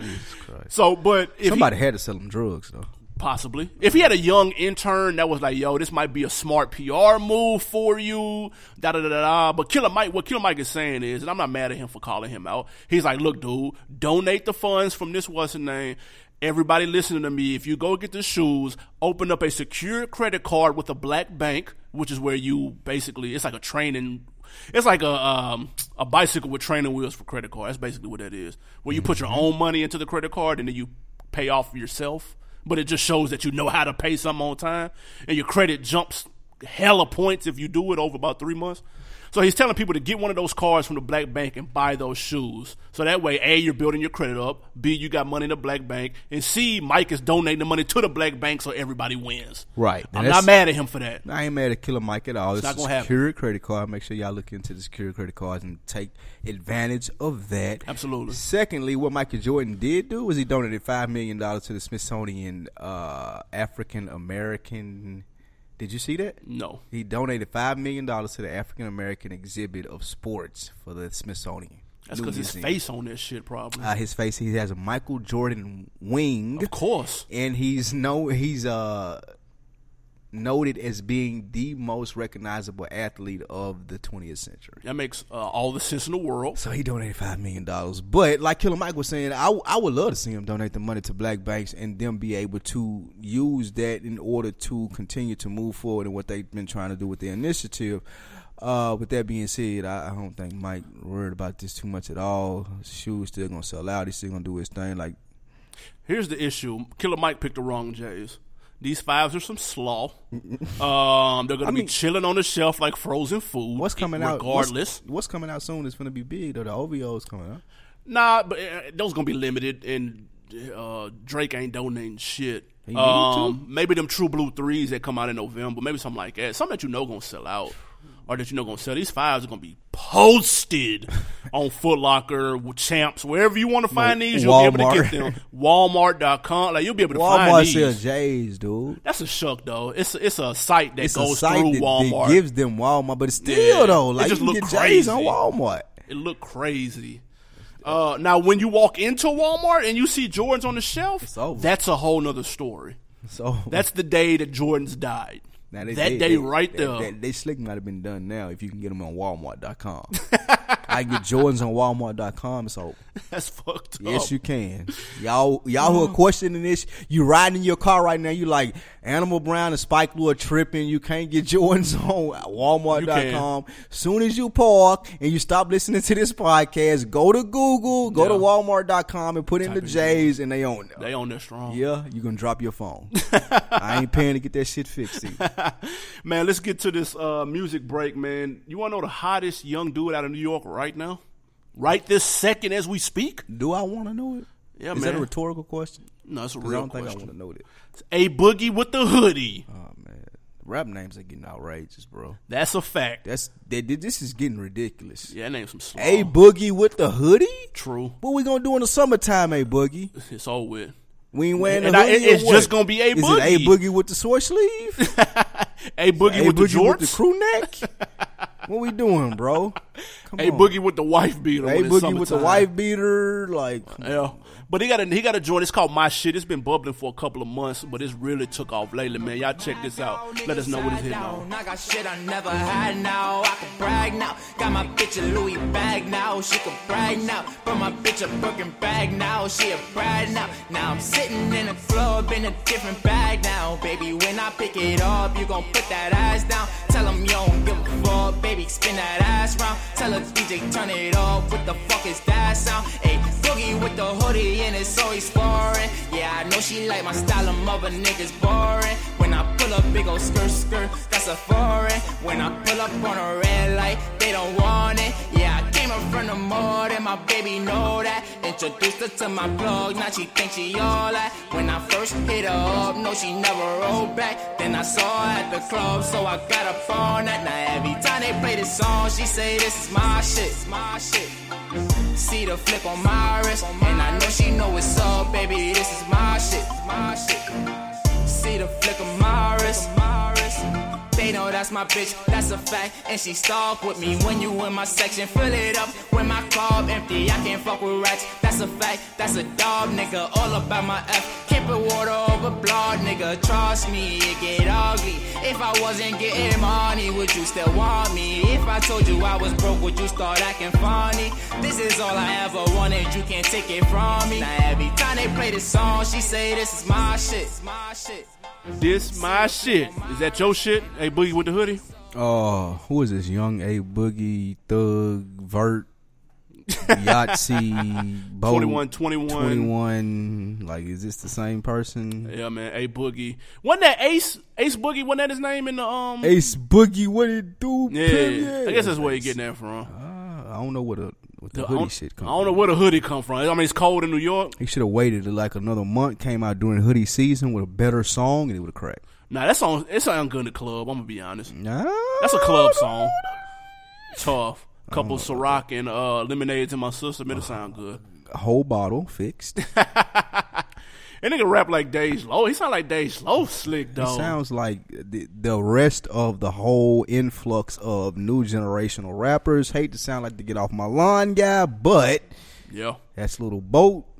S3: Jesus Christ.
S1: So, but if he-
S2: Somebody had to sell them drugs though.
S1: Possibly. If he had a young intern that was like, yo, this might be a smart PR move for you, da da da da da. But Killer Mike, what Killer Mike is saying is, and I'm not mad at him for calling him out, he's like, look, dude, donate the funds from this what's the name. Everybody listening to me, if you go get the shoes, open up a secure credit card with a black bank, which is where you basically, it's like a training it's like a um, a bicycle with training wheels for credit card. That's basically what that is. Where you put your own money into the credit card and then you pay off yourself. But it just shows that you know how to pay something on time, and your credit jumps hella points if you do it over about three months. So he's telling people to get one of those cards from the black bank and buy those shoes. So that way, A, you're building your credit up, B, you got money in the black bank, and C, Mike is donating the money to the black bank so everybody wins.
S2: Right.
S1: I'm
S2: And
S1: not
S2: that's-
S1: mad at him for that.
S2: I ain't mad at Killer Mike at all. It's,
S1: not
S2: a
S1: gonna happen.
S2: secure credit card. Make sure y'all look into the secure credit cards and take advantage of that.
S1: Absolutely.
S2: Secondly, what Michael Jordan did do was he donated five million dollars to the Smithsonian uh, African American. Did you see that?
S1: No.
S2: He donated five million dollars to the African American exhibit of sports for the Smithsonian.
S1: That's
S2: New
S1: because his
S2: Museum.
S1: face on that shit, probably.
S2: Uh, his face. He has a Michael Jordan wing.
S1: Of course.
S2: and he's no he's uh noted as being the most recognizable athlete of the 20th century.
S1: That makes uh, all the sense in the world.
S2: So he donated five million dollars, but like Killer Mike was saying, I, I would love to see him donate the money to black banks and them be able to use that in order to continue to move forward in what they've been trying to do with their initiative. Uh, with that being said, I, I don't think Mike worried about this too much at all. Shoes still gonna sell out. He's still gonna do his thing. Like
S1: Here's the issue: Killer Mike picked the wrong Jays. These fives are some
S2: [laughs]
S1: slaw. um, they're gonna be chilling on the shelf like frozen food.
S2: what's coming out? what's-
S1: regardless?
S2: what's, coming out soon is gonna be big though. The OVO is coming out.
S1: Nah, but uh, those gonna be limited, and uh, Drake ain't donating shit.
S2: need
S1: Um, maybe them True Blue threes that come out in November, maybe something like that. Something that you know gonna sell out, or that you know gonna sell. These fives are gonna be
S2: [laughs]
S1: posted on Foot Locker, Champs, wherever you want to find these. You'll be able to
S2: Walmart.
S1: get them.
S2: [laughs]
S1: Walmart.com, like you'll be able to find
S2: Walmart
S1: these.
S2: sells J's, dude.
S1: That's a shuck though. It's it's a site that
S2: It's a
S1: goes
S2: site
S1: through
S2: that,
S1: Walmart.
S2: that gives them Walmart, but it's still
S1: Yeah.
S2: though,
S1: It
S2: like
S1: just
S2: you can
S1: look
S2: get J's
S1: crazy.
S2: on Walmart.
S1: it looked crazy. Uh, now, when you walk into Walmart and you see Jordans on the shelf,
S2: over.
S1: that's a whole nother story.
S2: So
S1: That's the day that Jordan's died.
S2: now
S1: that day right
S2: they-
S1: there.
S2: They, they slick might have been done now if you can get them on Walmart.com. I can get Jordans on Walmart.com. So
S1: [laughs] that's fucked up.
S2: yes, you can. Y'all, y'all
S1: Mm.
S2: who are questioning this, you riding in your car right now. You like Animal Brown and Spike Lou are tripping. You can't get [laughs] Jordans on Walmart.com. Soon as you park and you stop listening to this podcast, go to Google, go to
S1: Yeah.
S2: Walmart.com, and put in the J's, and they own them.
S1: They on there strong.
S2: Yeah, you gonna drop
S1: [laughs]
S2: your phone. I ain't paying to get that shit fixed. either.
S1: Man, let's get to this uh, music break, man. You want to know the hottest young dude out of New York right now? Right this second as we speak?
S2: Do I want to know it?
S1: Yeah,
S2: Is that a
S1: man.
S2: rhetorical question? 'Cause
S1: No, it's a
S2: I
S1: real
S2: don't think I
S1: question.
S2: want to know that.
S1: A Boogie with the hoodie.
S2: Oh man, rap names are getting outrageous, bro.
S1: That's a fact.
S2: That's they, this is getting ridiculous.
S1: Yeah, that name's some slaw.
S2: A boogie with the hoodie.
S1: True.
S2: What we gonna do in the summertime? A boogie.
S1: It's all with.
S2: We ain't wearing
S1: And
S2: the
S1: I-
S2: hoodie.
S1: it's
S2: or what?
S1: just gonna be A
S2: Is it a
S1: Boogie.
S2: boogie with the short sleeve?
S1: A Boogie
S2: a
S1: with the
S2: boogie
S1: jorts.
S2: with the crew
S1: [laughs]
S2: neck? what we doing, bro? Come
S1: A
S2: on.
S1: Boogie with the [laughs] wife beater.
S2: A
S1: when it's
S2: boogie with the
S1: summertime. Uh,
S2: wife beater. Like
S1: Yeah, but he got a he got a joint. It's called My Shit. It's been bubbling for a couple of months, but it's really took off lately, man. Y'all check this out. Let us know what it's hitting on.
S4: I got shit I never had now. I can brag now. Got my bitch a Louis bag now. She can brag now. But my bitch a broken bag now. She a brag now. Now I'm sitting in a club in a different bag now. Baby, when I pick it up, you gon' put that ass down. Tell 'em you don't give a fuck. Baby, spin that ass round. Tell us DJ, turn it off. What the fuck is that sound? Ayy, boogie with the hoodie and it's always foreign. Yeah, I know she like my style of mother niggas boring. When I pull up big old skirt skirt, that's a foreign. When I pull up on a red light, they don't want it. Yeah, I came up from the mall and my baby know that. Introduced her to my blog, now she thinks she all that. When I first hit her up, no, she never rolled back. Then I saw her at the club, so I got up on that. Now every time they play this song, she say this is my shit, it's my shit. See the flip on my wrist, and I know she know it's up, baby. This is my shit, my shit. See the flick of my wrist. They know that that's my bitch, that's a fact. And she stalk with me when you in my section. Fill it up when my club empty. I can't fuck with rats, that's a fact. That's a dog, nigga. All about my F. Keep it water over blood, nigga. Trust me, it get ugly. If I wasn't getting money, would you still want me? If I told you I was broke, would you start acting funny? This is all I ever wanted, you can't take it from me. Now every time they play this song, she say this is my shit. My shit.
S1: This my shit. Is that your shit? Hey, Boogie with the hoodie.
S2: Oh, who is this? Young A Boogie, Thug, Vert,
S1: [laughs]
S2: Yahtzee, Bo,
S1: 21, 21.
S2: 21. Like, is this the same person?
S1: Yeah, man. A Boogie. Wasn't that Ace? Ace Boogie? Wasn't that his name in the um?
S2: Ace Boogie, what it do?
S1: yeah,
S2: Premier?
S1: I guess that's where you're getting that from.
S2: Ah, I don't know what a what the
S1: I
S2: hoodie
S1: don't,
S2: shit
S1: I
S2: comes.
S1: don't know where the hoodie come from. I mean, it's cold in New York.
S2: He should have waited till like another month came out during hoodie season with a better song, and it would have cracked.
S1: Nah, that song it sound good in the club. I'm gonna be honest.
S2: Nah,
S1: That's a club song. Tough. Couple Ciroc and uh, lemonades in my system. It'll sound good.
S2: A whole bottle
S1: [laughs]
S2: fixed.
S1: And nigga rap like Dej Low. He sound like Dej Low slick
S2: It
S1: though.
S2: sounds like the, the rest of the whole influx of new generational rappers. Hate to sound like the get off my lawn guy, but
S1: yeah.
S2: that's Little Boat. [laughs]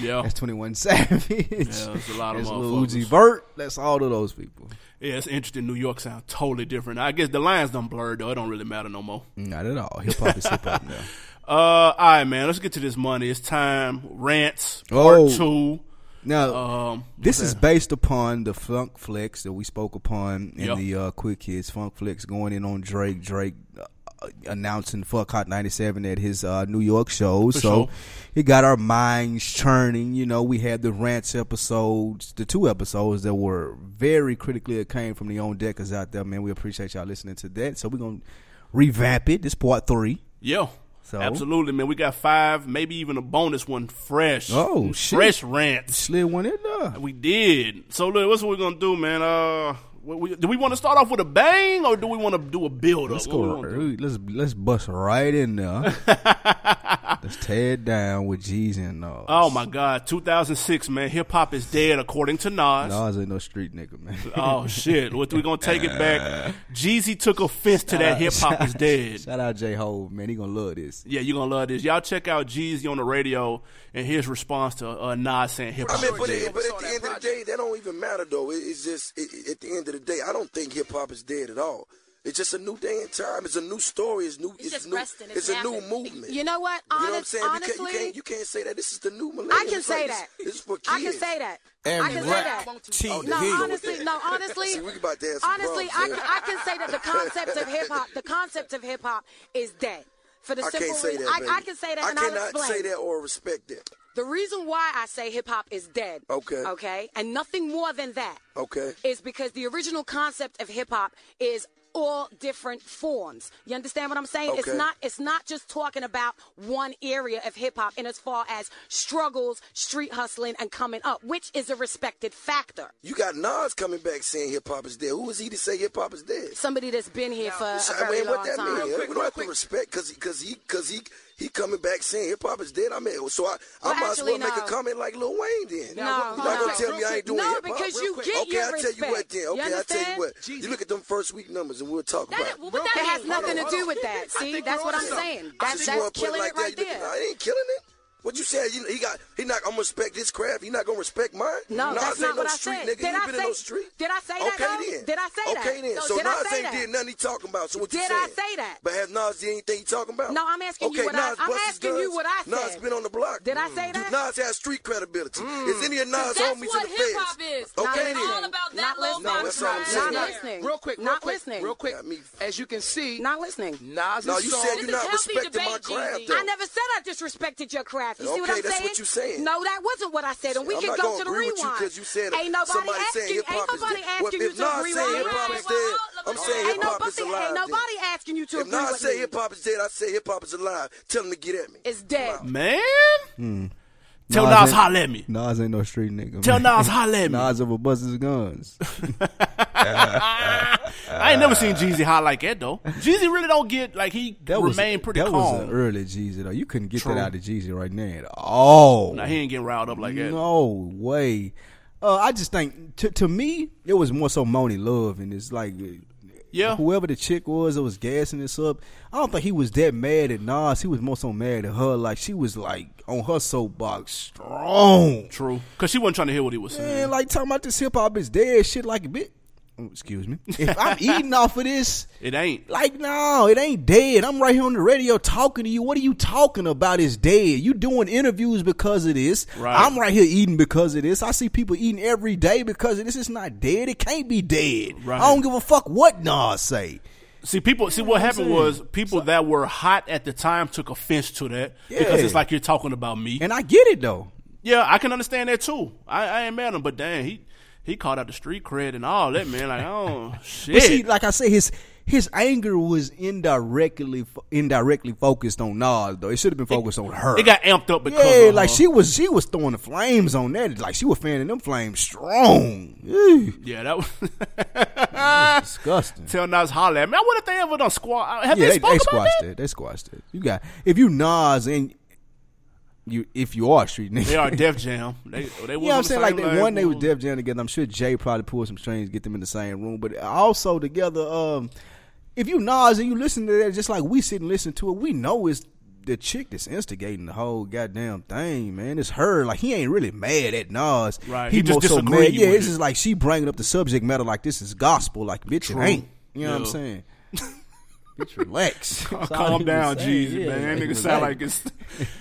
S1: Yeah.
S2: that's Twenty One Savage. Yeah,
S1: there's a lot of
S2: Lil Uzi
S1: motherfuckers.
S2: Vert. That's all of those people.
S1: Yeah, it's interesting. New York sound totally different. I guess the lines done blurred though. It don't really matter no more.
S2: Not at all. Hip hop is hip hop now.
S1: [laughs] Uh, all right, man. Let's get to this money. It's time. Rants part
S2: Oh.
S1: two.
S2: Now,
S1: Um,
S2: This is based upon the Funk Flex that we spoke upon in
S1: Yep.
S2: the uh, Quick Hits. Funk Flex going in on Drake. Drake uh, announcing Fuck Hot 97 at his uh, New York show. so
S1: sure.
S2: it got our minds churning. You know, we had the rants episodes, the two episodes that were very critically acclaimed from the On Deckers out there, man. We appreciate y'all listening to that. So we're going to revamp it. This part three.
S1: Yeah.
S2: So?
S1: Absolutely, man. We got five, maybe even a bonus one fresh.
S2: Oh, shit.
S1: fresh rants.
S2: Slid one in there.
S1: We did. So look, what's what we're gonna do, man? Uh, we, we, do we want to start off with a bang, or do we want to do a build up?
S2: Let's go. Let's let's bust right in there.
S1: [laughs]
S2: let's tear it down with G's and uh, Nas.
S1: Oh my God, 2006, man. Hip hop is dead, according to Nas.
S2: Nas ain't no street nigga, man.
S1: [laughs] Uh, Oh shit, what we gonna take it
S2: [laughs]
S1: back? Jeezy took offense to that. Hip hop is dead.
S2: Shout out J Hove, man. He gonna love this.
S1: Yeah, you're gonna love this. Y'all check out Jeezy on the radio and his response to uh, Nas saying hip
S5: I mean,
S1: hop.
S5: but, it, but at the end of the day, that don't even matter though. It, it's just it, it- at the end of the day, I don't think hip hop is dead at all. It's just a new day and time. It's a new story. It's new. It's,
S6: just
S5: new.
S6: resting. It's
S5: a new
S6: napping.
S5: movement.
S6: You know what?
S5: You know what I'm
S6: Honest,
S5: saying? You can't-
S6: honestly,
S5: you, can't, you can't say that. This is the new millennium.
S6: I can
S5: It's like
S6: say
S5: this-
S6: that.
S5: This is for kids.
S6: I can say that. I can say that.
S5: Oh,
S6: No,
S5: yeah.
S6: honestly, no, honestly,
S5: [laughs] See, we about to have some
S6: honestly, I
S5: problems
S6: can,
S5: here.
S6: I can say
S5: [laughs]
S6: that the concept of hip hop, the concept of hip hop is dead. For the
S5: [laughs] I
S6: simple
S5: can't say
S6: reason,
S5: that. Baby.
S6: I, I can say that,
S5: I
S6: and
S5: cannot
S6: I'll explain.
S5: say that or respect that.
S6: The reason why I say hip hop is dead,
S5: Okay.
S6: okay, and nothing more than that,
S5: Okay.
S6: is because the original concept of hip hop is all different forms. You understand what I'm saying? It's
S5: Okay.
S6: not it's not just talking about one area of hip hop in as far as struggles, street hustling and coming up, which is a respected factor.
S5: You got Nas coming back saying hip hop is dead. Who is he to say hip hop is dead?
S6: Somebody that's been here for a
S5: I
S6: very
S5: mean,
S6: long
S5: what that
S6: time.
S5: mean? we don't have to respect because because he because he he coming back saying hip hop is dead. I mean, so I
S6: Well,
S5: I might as well
S6: actually,
S5: make a
S6: no.
S5: comment like Lil Wayne then.
S6: No,
S5: You're not
S6: no.
S5: gonna tell me I ain't doing
S6: No,
S5: hip hop.
S6: because you get
S5: okay,
S6: your
S5: I tell you what
S6: respect.
S5: then.
S6: You
S5: Okay, I tell you
S6: understand?
S5: what. You look at them first week numbers and we'll talk about it.
S6: That has nothing to do with that. See, that's what I'm saying. That,
S5: Since you
S6: that's
S5: wanna put it
S6: killing
S5: like
S6: it right
S5: that, you look-
S6: there.
S5: nah, it ain't killing it. What you said? You, he got. He not. I'm gonna respect his craft. He not gonna respect mine.
S6: No, that's
S5: Nas ain't
S6: not
S5: no
S6: what I
S5: street
S6: said.
S5: Nigga.
S6: Did
S5: he
S6: I
S5: been
S6: say-
S5: in no street.
S6: did I say that,
S5: okay,
S6: though?
S5: Then.
S6: Did I say that?
S5: Okay then.
S6: No,
S5: so
S6: did I
S5: Nas
S6: say
S5: ain't
S6: that?
S5: did nothing. He talking about. So what you
S6: Did
S5: saying?
S6: I say that?
S5: But has Nas did anything he talking about?
S6: No, I'm asking you
S5: okay,
S6: what I-
S5: Nas
S6: I'm
S5: bust his
S6: asking you
S5: guns.
S6: what I
S5: Nas
S6: said.
S5: been on the block.
S6: Did I say
S5: Mm.
S6: that? Mm.
S5: Nas has street credibility. Is any of Nas
S7: That's
S5: homies
S7: what
S5: in the
S7: hip hop is.
S5: feds? Okay
S7: it's
S5: then.
S7: all about that
S6: Not
S7: little
S6: listening.
S5: No, that's all
S7: box
S5: I'm saying.
S7: right
S5: Not
S7: there.
S6: listening.
S8: Real quick, real
S6: Not
S8: quick,
S6: listening.
S8: real quick.
S5: Got me-
S8: As you can see,
S6: Not listening.
S8: Nas'
S5: No, you
S8: song-
S5: said
S7: is
S5: you're not
S7: healthy
S5: respecting my
S7: debate,
S5: craft.
S7: Jeezy.
S5: though.
S6: I never said I disrespected your craft. You see what
S5: Okay,
S6: I'm
S5: that's
S6: saying?
S5: what you saying.
S6: No, that wasn't what I said. And we
S5: I'm
S6: can
S5: not
S6: go
S5: gonna
S6: to the
S5: agree
S6: rewind.
S5: with you 'cause you said
S6: ain't nobody
S5: somebody
S6: asking.
S5: saying hip-hop
S6: ain't
S5: is
S6: nobody
S5: dead.
S6: asking
S5: Well,
S6: you
S5: if
S6: to
S5: Nas
S6: agree.
S5: said hip-hop is dead, I'm saying
S6: ain't
S5: hip-hop
S6: nobody,
S5: is alive
S6: Ain't
S5: then.
S6: nobody asking you to
S5: If
S6: agree
S5: Nas
S6: with
S5: say
S6: me.
S5: hip hop is dead, I say hip hop is alive. Tell him to get at me.
S6: It's dead.
S1: Man, tell
S2: Hmm. Nas
S1: Nas
S2: ain't-
S1: holla at me.
S2: Nas ain't no street nigga.
S1: Tell
S2: man.
S1: Nas holla at me.
S2: Nas over bust his guns.
S1: I ain't never seen Jeezy high like that though. Jeezy really don't get like he remained pretty
S2: Uh. that was
S1: calm.
S2: an early Jeezy though. You couldn't get
S1: True.
S2: that out of Jeezy right now at all.
S1: Nah, he ain't getting riled up like that.
S2: No way. Uh, I just think to to me it was more so Moni Love, and it's like uh,
S1: Yeah.
S2: Whoever the chick was that was gassing this up, I don't think he was that mad at Nas. He was more so mad at her. Like she was like on her soapbox strong.
S1: True. Because she wasn't trying to hear what he was saying.
S2: Man, like talking about this hip hop is dead shit like a bit. oh, Excuse me.
S1: [laughs]
S2: If I'm eating off of this,
S1: It ain't.
S2: like no, it ain't dead. I'm right here on the radio talking to you. What are you talking about? It's dead. You doing interviews because of this.
S1: Right.
S2: I'm right here eating because of this. I see people eating every day because of this. It's not dead. It can't be dead.
S1: Right.
S2: I don't give a fuck what Nas say.
S1: See people. See what happened was people that were hot at the time took offense to that because
S2: Yeah.
S1: it's like you're talking about me.
S2: And I get it though.
S1: yeah, I can understand that too. I, I ain't mad at him, but damn, he he called out the street cred and all that man. Like, oh shit.
S2: [laughs] But see, like I say, his his anger was indirectly fo- indirectly focused on Nas though. It should have been focused on her.
S1: it got amped up because
S2: yeah,
S1: of uh,
S2: like
S1: her.
S2: she was she was throwing the flames on that. Like she was fanning them flames strong. Ew.
S1: Yeah, that was [laughs]
S2: Disgusting.
S1: tell Nas holler at me. I wonder if they ever done squat. Have
S2: yeah,
S1: they
S2: they,
S1: spoke
S2: they
S1: about
S2: [laughs] squashed
S1: that?
S2: it. They squashed it. You got if you Nas and you if you are a street nigga.
S1: They are Def Jam. They they
S2: You
S1: was
S2: know what
S1: on
S2: I'm
S1: the
S2: saying? Like
S1: same
S2: that
S1: lane.
S2: one they was Def Jam together. I'm sure Jay probably pulled some strings, get them in the same room. But also together, um, if you Nas and you listen to that, just like we sit and listen to it, we know it's the chick that's instigating the whole goddamn thing, man. It's her. Like he ain't really mad at Nas.
S1: Right.
S2: He,
S1: He just
S2: more so
S1: disagree
S2: mad. Yeah,
S1: with
S2: it's
S1: it.
S2: just like she bringing up the subject matter like this is gospel. Like bitch,
S1: True.
S2: it ain't. You know what I'm
S1: Yeah.
S2: saying? bitch, relax.
S1: [laughs]
S2: That's all he
S1: calm
S2: was
S1: down,
S2: saying.
S1: Jeezy,
S2: Yeah,
S1: man. That nigga
S2: relax.
S1: sound like it's.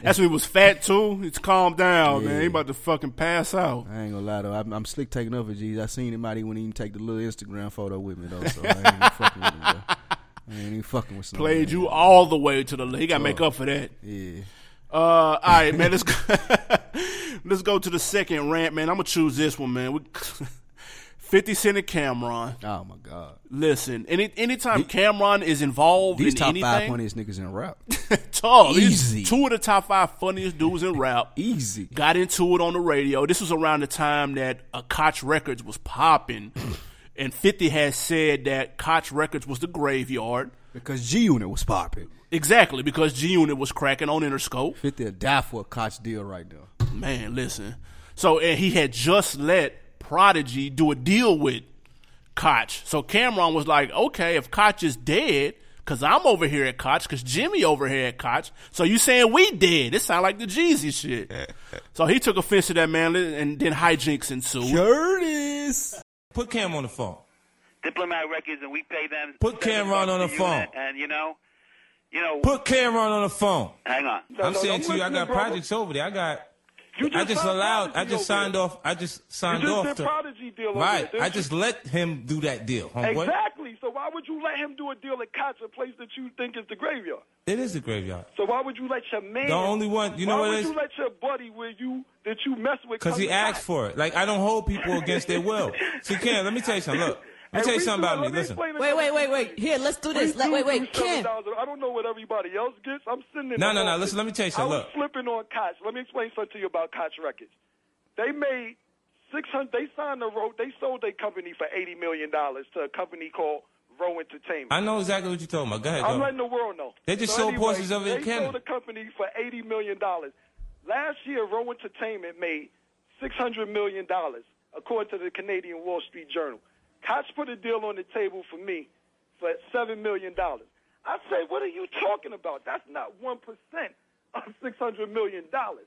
S1: That's when he was fat too. It's calm down, man. He about to fucking pass out.
S2: I ain't gonna lie though. I'm, I'm slick taking over G's. I seen him out. He wouldn't even take the little Instagram photo with me though. So I ain't even fucking with him. Bro. I ain't even fucking with some.
S1: Played you all the way to the. He got to make up for that.
S2: Yeah.
S1: Uh, all right, man.
S2: [laughs]
S1: Let's go, [laughs] let's go to the second rant, man. I'm gonna choose this one, man. We, [laughs] Fifty Cent and Cameron.
S2: Oh my god.
S1: Listen, any anytime Cameron is involved
S2: These
S1: in
S2: top five
S1: anything,
S2: funniest niggas in rap.
S1: [laughs] tough. He's
S2: Easy.
S1: Two of the top five funniest dudes in rap.
S2: [laughs] Easy.
S1: got into it on the radio. This was around the time that uh, Koch Records was
S2: [clears throat]
S1: popping, and 50 had said that Koch Records was the graveyard.
S2: Because G Unit was popping.
S1: Exactly, because G Unit was cracking on Interscope.
S2: Fifty will die for a Koch deal right now.
S1: Man, listen. So, and he had just let Prodigy do a deal with Koch. So Cameron was like, okay, if Koch is dead, because I'm over here at Koch, because Jimmy over here at Koch. So you saying we dead. It sound like the Jeezy shit. so he took offense to that, man, and then hijinks ensued.
S2: Curtis.
S7: Put Cam on the phone.
S8: Diplomat Records, and we pay them.
S7: Put
S8: seven
S7: Cameron
S8: bucks
S7: on
S8: a
S7: the
S8: unit,
S7: phone.
S8: And you know, you know,
S7: Put Cameron on the phone.
S8: hang on.
S7: I'm saying to you, I got projects over there. I got. I just allowed. I just signed off. I just signed
S9: just
S7: off.
S9: did
S7: to-
S9: Prodigy deal over
S7: Right.
S9: there,
S7: I
S9: didn't
S7: just let him do that deal. homeboy.
S9: Exactly. So why would you let him do a deal at Koch, a place that you think is the graveyard?
S7: It is a graveyard.
S9: So why would you let your man?
S7: The only one- you know
S9: why
S7: what it
S9: would
S7: is?
S9: you let your buddy where you that you mess with?
S7: Because he
S9: come to
S7: asked
S9: Koch?
S7: for it. Like I don't hold people against their
S9: [laughs]
S7: will. See, Cam, let me tell you something. Look, let me
S9: And
S7: tell you
S9: we
S7: something
S9: do-
S7: about me.
S9: let
S7: Listen.
S9: explain
S10: Wait,
S9: another
S10: wait, wait,
S9: thing.
S10: wait. Here, let's do
S9: We
S10: this. Let,
S9: do
S10: wait, wait,
S9: do
S10: Ken.
S9: $7. I don't know what everybody else gets. I'm sitting in
S7: No, no,
S9: the
S7: no.
S9: office.
S7: Listen, let me tell you
S9: I
S7: something.
S9: was
S7: Look.
S9: flipping on Koch. Let me explain something to you about Koch Records. They made six hundred. They signed the road. They sold their company for eighty million dollars to a company called Row Entertainment.
S7: I know exactly what you're talking about. Go ahead,
S9: I'm
S7: Joe.
S9: letting the world know.
S7: They just sold portions of it in
S9: They
S7: Canada.
S9: sold the company for eighty million dollars. Last year, Row Entertainment made six hundred million dollars, according to the Canadian Wall Street Journal. Koch put a deal on the table for me for seven million dollars. I said, "What are you talking about? That's not one percent of six hundred million dollars."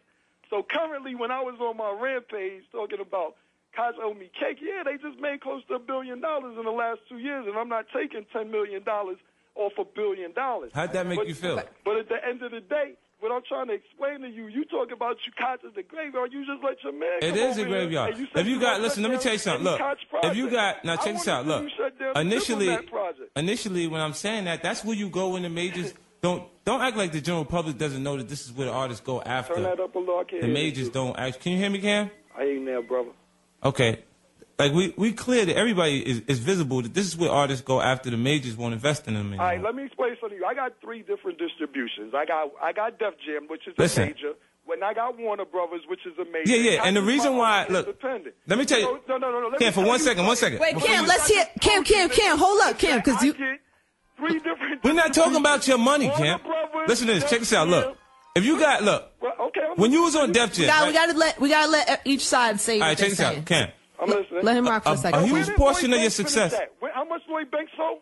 S9: So currently, when I was on my rampage talking about Koch owe me cake, yeah, they just made close to a billion dollars in the last two years, and I'm not taking ten million dollars off a billion dollars.
S7: How'd that make
S9: But-
S7: you feel?
S9: But at the end of the day, what I'm trying to explain to you, you talk about you Koch is the graveyard. You just let your man.
S7: It is
S9: come
S7: a
S9: over here,
S7: graveyard.
S9: and you said
S7: if
S9: you
S7: you got,
S9: gonna
S7: listen,
S9: shut
S7: let me tell you
S9: down
S7: something.
S9: any
S7: Look,
S9: Koch
S7: if you got,
S9: project.
S7: now
S9: I
S7: check this
S9: wanna
S7: out.
S9: see
S7: Look,
S9: you shut down the
S7: initially,
S9: Diplomat project.
S7: initially, when I'm saying that, that's where you go when the majors don't don't act like the general public doesn't know that this is where the artists go after.
S9: Turn that up a little. I can't
S7: The
S9: hear
S7: majors
S9: you.
S7: don't act. Can you hear me, Cam?
S9: I ain't there, brother.
S7: Okay. Like we we clear that everybody is, is visible that this is where artists go after the majors won't invest in them anymore.
S9: All right, let me explain something to you. I got three different distributions. I got I got Def Jam, which is
S7: Listen.
S9: a major. When I got Warner Brothers, which is a major.
S7: yeah, yeah,
S9: I
S7: and the
S9: do
S7: reason
S9: my
S7: why
S9: own
S7: look,
S9: independent.
S7: let me tell you,
S9: No, no, no, no. let me
S7: Cam, for
S9: tell
S7: one
S9: you
S7: second, one
S9: something.
S7: second.
S10: Wait,
S7: Before
S10: Cam,
S7: you-
S10: let's hear. Cam, Cam, Cam, hold up, Cam, because you.
S9: I get three different.
S7: We're not talking about your money,
S9: Warner
S7: Cam.
S9: Brothers,
S7: Listen to this. Check this out.
S9: Def
S7: Look, if you got look,
S9: Well, okay, I'm
S7: when you was on Def Jam,
S10: God,
S7: right?
S10: we gotta let we gotta let each side say
S7: all
S10: what
S7: right,
S10: they're
S7: check this out, Uh,
S10: saying.
S7: Cam.
S9: Jam. I'm listening.
S10: Let him rock for
S7: A-
S10: a
S7: a
S10: second.
S7: huge-
S9: Where did
S7: portion
S9: Lloyd
S7: of your
S9: Banks finish
S7: success.
S9: at? Where- How much Lloyd Banks sold?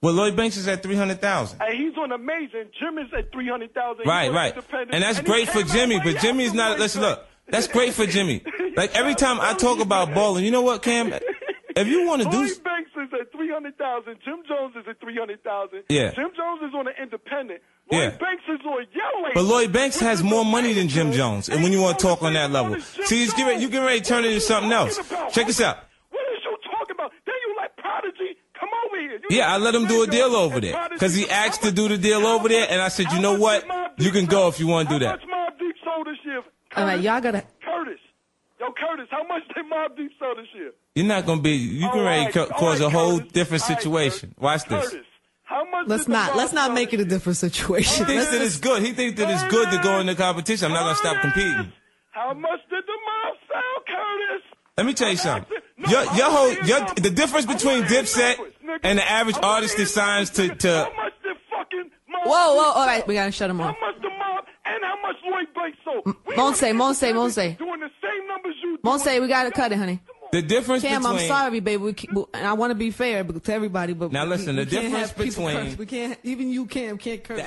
S7: Well, Lloyd Banks is at three hundred thousand.
S9: And he's on amazing. Jimmy's at three hundred thousand.
S7: Right, right. And that's great for Jimmy, but Jimmy's not. Listen, look, that's great for
S9: [laughs]
S7: Jimmy. Like every time I talk about balling, you know what, Cam? If you want to do,
S9: Lloyd Banks is at three hundred thousand. Jim Jones is at three hundred thousand.
S7: Yeah.
S9: Jim Jones is on an independent. Lloyd
S7: Yeah.
S9: Banks is on Yellow.
S7: But Lloyd Banks has more money than Jim Jones, and when you want to talk on that level, see, it's getting, you getting ready to turn it into something else. Check this out.
S9: What is you talking about? Then you like Prodigy? Come over here. You
S7: Yeah, I let him do a deal over there because he asked to do the deal over there, and I said, you know what, you can go if you want to do that.
S9: Mob Deep sold this year.
S10: All right, y'all gotta.
S9: Curtis. Yo, Curtis, how much did Mob Deep sold this year?
S7: You're not gonna be. You can ready to ca- cause a whole different situation. Watch this. [laughs]
S9: How much?
S10: Let's not. Let's not make it a different
S7: He
S10: situation.
S7: thinks that it's good. He thinks that it's good to go in the competition. I'm not gonna stop competing.
S9: How much did the mob sell, Curtis?
S7: Let me tell you something. Your, your whole, your, the difference between Dipset and the average artist that signs to, to
S10: Whoa, whoa. All right, we gotta shut him off.
S9: How much the mob and how much Lloyd Banks sold? We
S10: Monse,
S9: wanna-
S10: Monse, Monse.
S9: Doing the same numbers you.
S10: Monse, we gotta cut it, honey.
S7: the difference
S10: Cam,
S7: between.
S10: I'm sorry, baby. We, can't- and I want to be fair but- to everybody, but
S7: Now
S10: we-
S7: listen,
S10: we
S7: the
S10: can't
S7: difference
S10: have people
S7: between-
S10: curse. we can't even you, Cam, can't curse.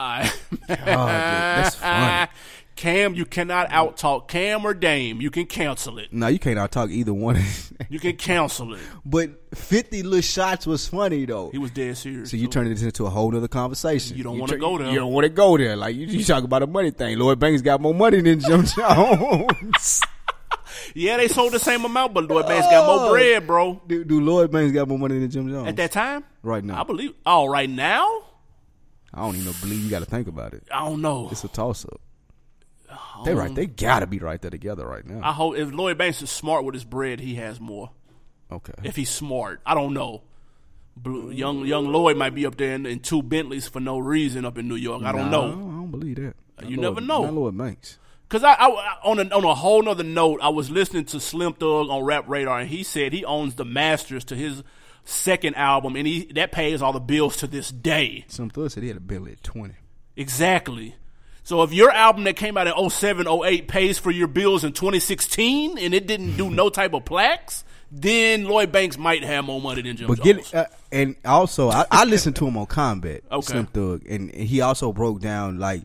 S1: I,
S2: that's funny.
S1: [laughs] Cam, you cannot out talk Cam or Dame. You can cancel it.
S2: No, you can't out talk either one.
S1: You can cancel it.
S2: [laughs] but fifty little shots was funny though.
S1: He was dead serious.
S2: So you turn it into a whole other conversation. You
S1: don't wanna go there.
S2: You don't want to go there. Like you, you talk about a money thing. Lloyd Banks got more money than Jim [laughs] Jones.
S1: [laughs] Yeah, they sold the same amount, but Lloyd Banks got
S2: Oh.
S1: more bread, bro.
S2: Do, do Lloyd Banks got more money than Jim Jones
S1: At that time,
S2: right now?
S1: I believe. Oh, right now,
S2: I don't even believe you got to think about it.
S1: I don't know.
S2: It's a toss up. They right. They gotta be right there together right now.
S1: I hope if Lloyd Banks is smart with his bread, he has more.
S2: Okay.
S1: If he's smart, I don't know. Blue, young young Lloyd might be up there in, in two Bentleys for no reason up in New York. I don't
S2: No,
S1: know.
S2: I don't believe that.
S1: You never
S2: Not Lloyd-
S1: know.
S2: Not Lloyd Banks.
S1: Cause I, I on a on a whole nother note, I was listening to Slim Thug on Rap Radar, and he said he owns the masters to his second album, and he that pays all the bills to this day.
S2: Some thug said he had a bill at twenty.
S1: Exactly. So if your album that came out in 07, 08 pays for your bills in 2016 and it didn't do no type of plaques, then Lloyd Banks might have more money than Jim
S2: But
S1: Jones.
S2: get uh, and also I, I listened to him on Combat
S1: Okay.
S2: Slim Thug, and, and he also broke down like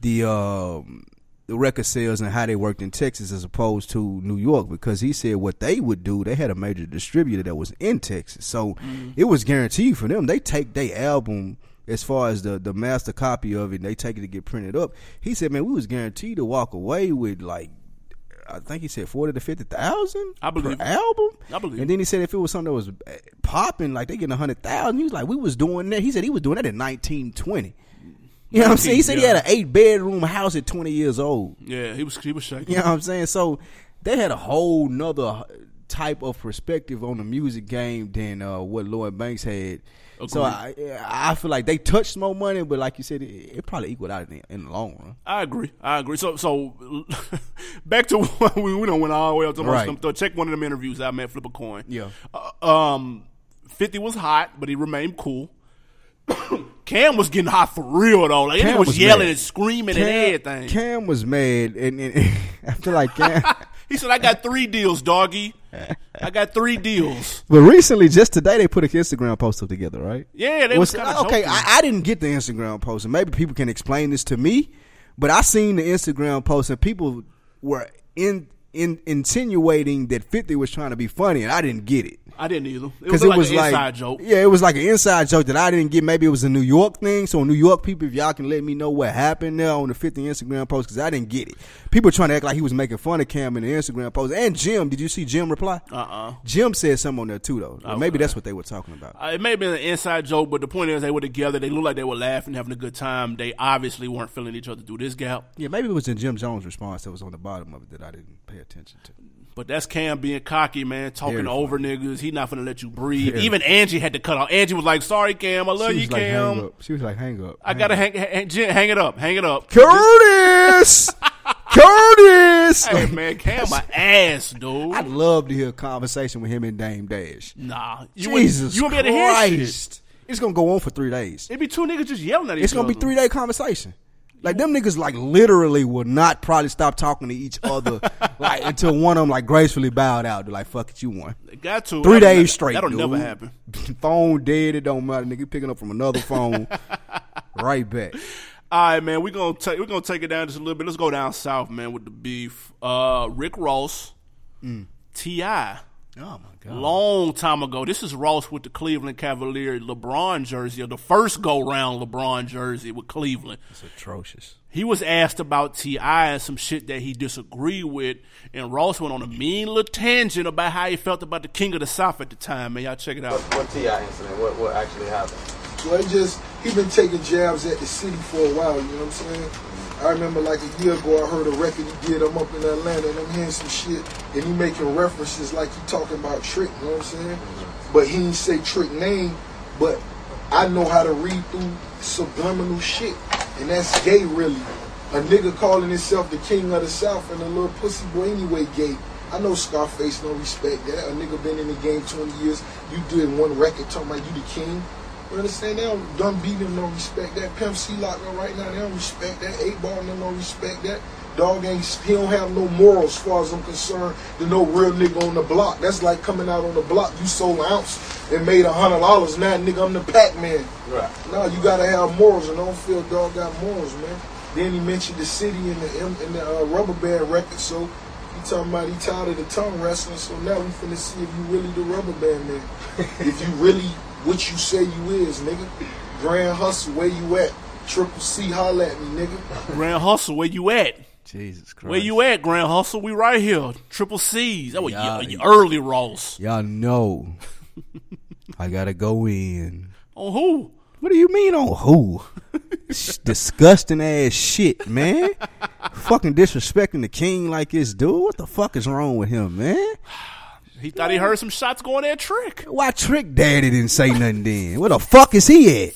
S2: the um, the record sales and how they worked in Texas as opposed to New York because he said what they would do they had a major distributor that was in Texas,
S1: Mm.
S2: so Mm-hmm. it was guaranteed for them they take their album. As far as the, the master copy of it, and they take it to get printed up. He said, "Man, we was guaranteed to walk away with like, I think he said forty to fifty thousand.
S1: I believe
S2: per
S1: it.
S2: album.
S1: I believe
S2: And then he said if it was something that was eh, popping, like they getting a hundred thousand, he was like, we was doing that. He said he was doing that in nineteen twenty. You know what I'm saying? He said he
S1: Yeah.
S2: had an eight bedroom house at twenty years old.
S1: yeah, he was he was shaking.
S2: [laughs] You know what I'm saying? So they had a whole nother type of perspective on the music game than uh, what Lloyd Banks had. So I, I feel like they touched more money, but like you said, it, it probably equaled out in, in the long run.
S1: I agree. I agree. So, so [laughs] back to [laughs] we we don't went all the way up to
S2: Right.
S1: Slim Thug. Check one of them interviews. I met flip a coin.
S2: Yeah.
S1: Uh, um, Fifty was hot, but he remained cool. [coughs] Cam was getting hot for real though. Like he
S2: Cam
S1: was,
S2: was
S1: yelling
S2: mad.
S1: and screaming
S2: Cam,
S1: and everything.
S2: Cam was mad, and, and [laughs] I feel like Cam.
S1: He said, "I got three deals, doggy. I got three
S2: [laughs]
S1: deals."
S2: But recently, just today, they put an Instagram post up together, right?
S1: Yeah, they was kinda
S2: okay.
S1: joking.
S2: I, I didn't get the Instagram post, and maybe people can explain this to me. But I seen the Instagram post, and people were in in insinuating that Fifty was trying to be funny, and I didn't get it
S1: I didn't either. It
S2: because
S1: was
S2: it
S1: like
S2: was
S1: an
S2: like
S1: inside joke.
S2: yeah, it was like an inside joke that I didn't get. Maybe it was a New York thing. So New York people, if y'all can let me know what happened there on the Fifty Instagram post, because I didn't get it. People trying to act like he was making fun of Cam in the Instagram post. And Jim, did you see Jim reply?
S1: Uh uh
S2: Jim said something on there too, though. Or Maybe that's what they were talking about.
S1: It may have been an inside joke, but the point is they were together. They looked like they were laughing, having a good time. They obviously weren't feeling each other through this gap.
S2: Yeah, maybe it was in Jim Jones' response that was on the bottom of it that I didn't pay attention to.
S1: But that's Cam being cocky, man, talking
S2: Very
S1: over niggas. He not gonna let you breathe.
S2: Yeah.
S1: Even Angie had to cut off. Angie was like, "Sorry, Cam, I love
S2: she was
S1: you,
S2: like,
S1: Cam.
S2: hang up. She was like, hang up.
S1: I gotta hang, hang, hang, hang it up, hang it up."
S2: Curtis! Curtis!
S1: Hey man, Cam, my ass, dude.
S2: I'd love to hear a conversation with him and Dame Dash.
S1: nah, you wouldn't-
S2: Jesus
S1: you won't be able to hear shit.
S2: Christ. It's going to go on for three days.
S1: It'd be two niggas just yelling at each
S2: It's
S1: other.
S2: going to be three-day conversation. Like them niggas like literally would not probably stop talking to each
S1: [laughs]
S2: other like until one of them like gracefully bowed out. They're like, fuck it, you won.
S1: They got to. That'll
S2: Three days
S1: ne-
S2: straight.
S1: that'll
S2: dude.
S1: never happen.
S2: [laughs] phone dead, it don't matter, nigga. You Picking up from
S1: [laughs]
S2: another phone. right back.
S1: All right, man. We're gonna take we're gonna take it down just a little bit. Let's go down south, man, with the beef. Uh, Rick Ross, Ti. Oh
S2: Mm. my
S1: god! Long time ago. This is Ross with the Cleveland Cavalier LeBron jersey, or the first go round LeBron jersey with Cleveland.
S2: It's atrocious.
S1: He was asked about Ti and some shit that he disagreed with, and Ross went on a mean little tangent about how he felt about the King of the South at the time. Man, y'all check it out.
S11: What Ti incident? What what actually happened?
S12: Well, it just he been taking jabs at the city for a while. You know what I'm saying? I remember like a year ago, I heard a record he did. I'm up in Atlanta and I'm hearing some shit, and he making references like he talking about Trick. You know what I'm saying?
S11: Mm-hmm.
S12: But he didn't say Trick name, but I know how to read through subliminal shit, and that's gay really. A nigga calling himself the king of the South and a little pussy boy anyway gay. I know Scarface don't respect that. A nigga been in the game 20 years. You did one record talking about you the king. You understand? They don't done beat them don't respect that. Pimp C locked up right now, they don't respect that. Eight ball and them don't respect that. Dog ain't he don't have no morals as far as I'm concerned to no real nigga on the block. That's like coming out on the block, you sold an ounce and made a hundred dollars. Now nigga I'm the Pac-Man.
S11: Right.
S12: No, you gotta have morals, and I don't feel dog got morals, man. Then he mentioned the city and the M- and the uh, rubber band record, so he talking about he tired of the tongue wrestling. So now we finna see if you really the rubber band man, if you really what you say you is, nigga. Grand hustle, where you at? Triple C, holla at me, nigga.
S1: Grand Hustle, where you at?
S2: Jesus Christ.
S1: Where you at, Grand Hustle? We right here. Triple C's. That was y- y- early Ross.
S2: Y'all know I gotta go in.
S1: On who?
S2: What do you mean on who? Sh- Disgusting ass shit, man. Fucking disrespecting the king like this dude. What the fuck is wrong with him, man?
S1: He thought he heard some shots going at Trick.
S2: Why Trick Daddy didn't say nothing then? Where the fuck is he at?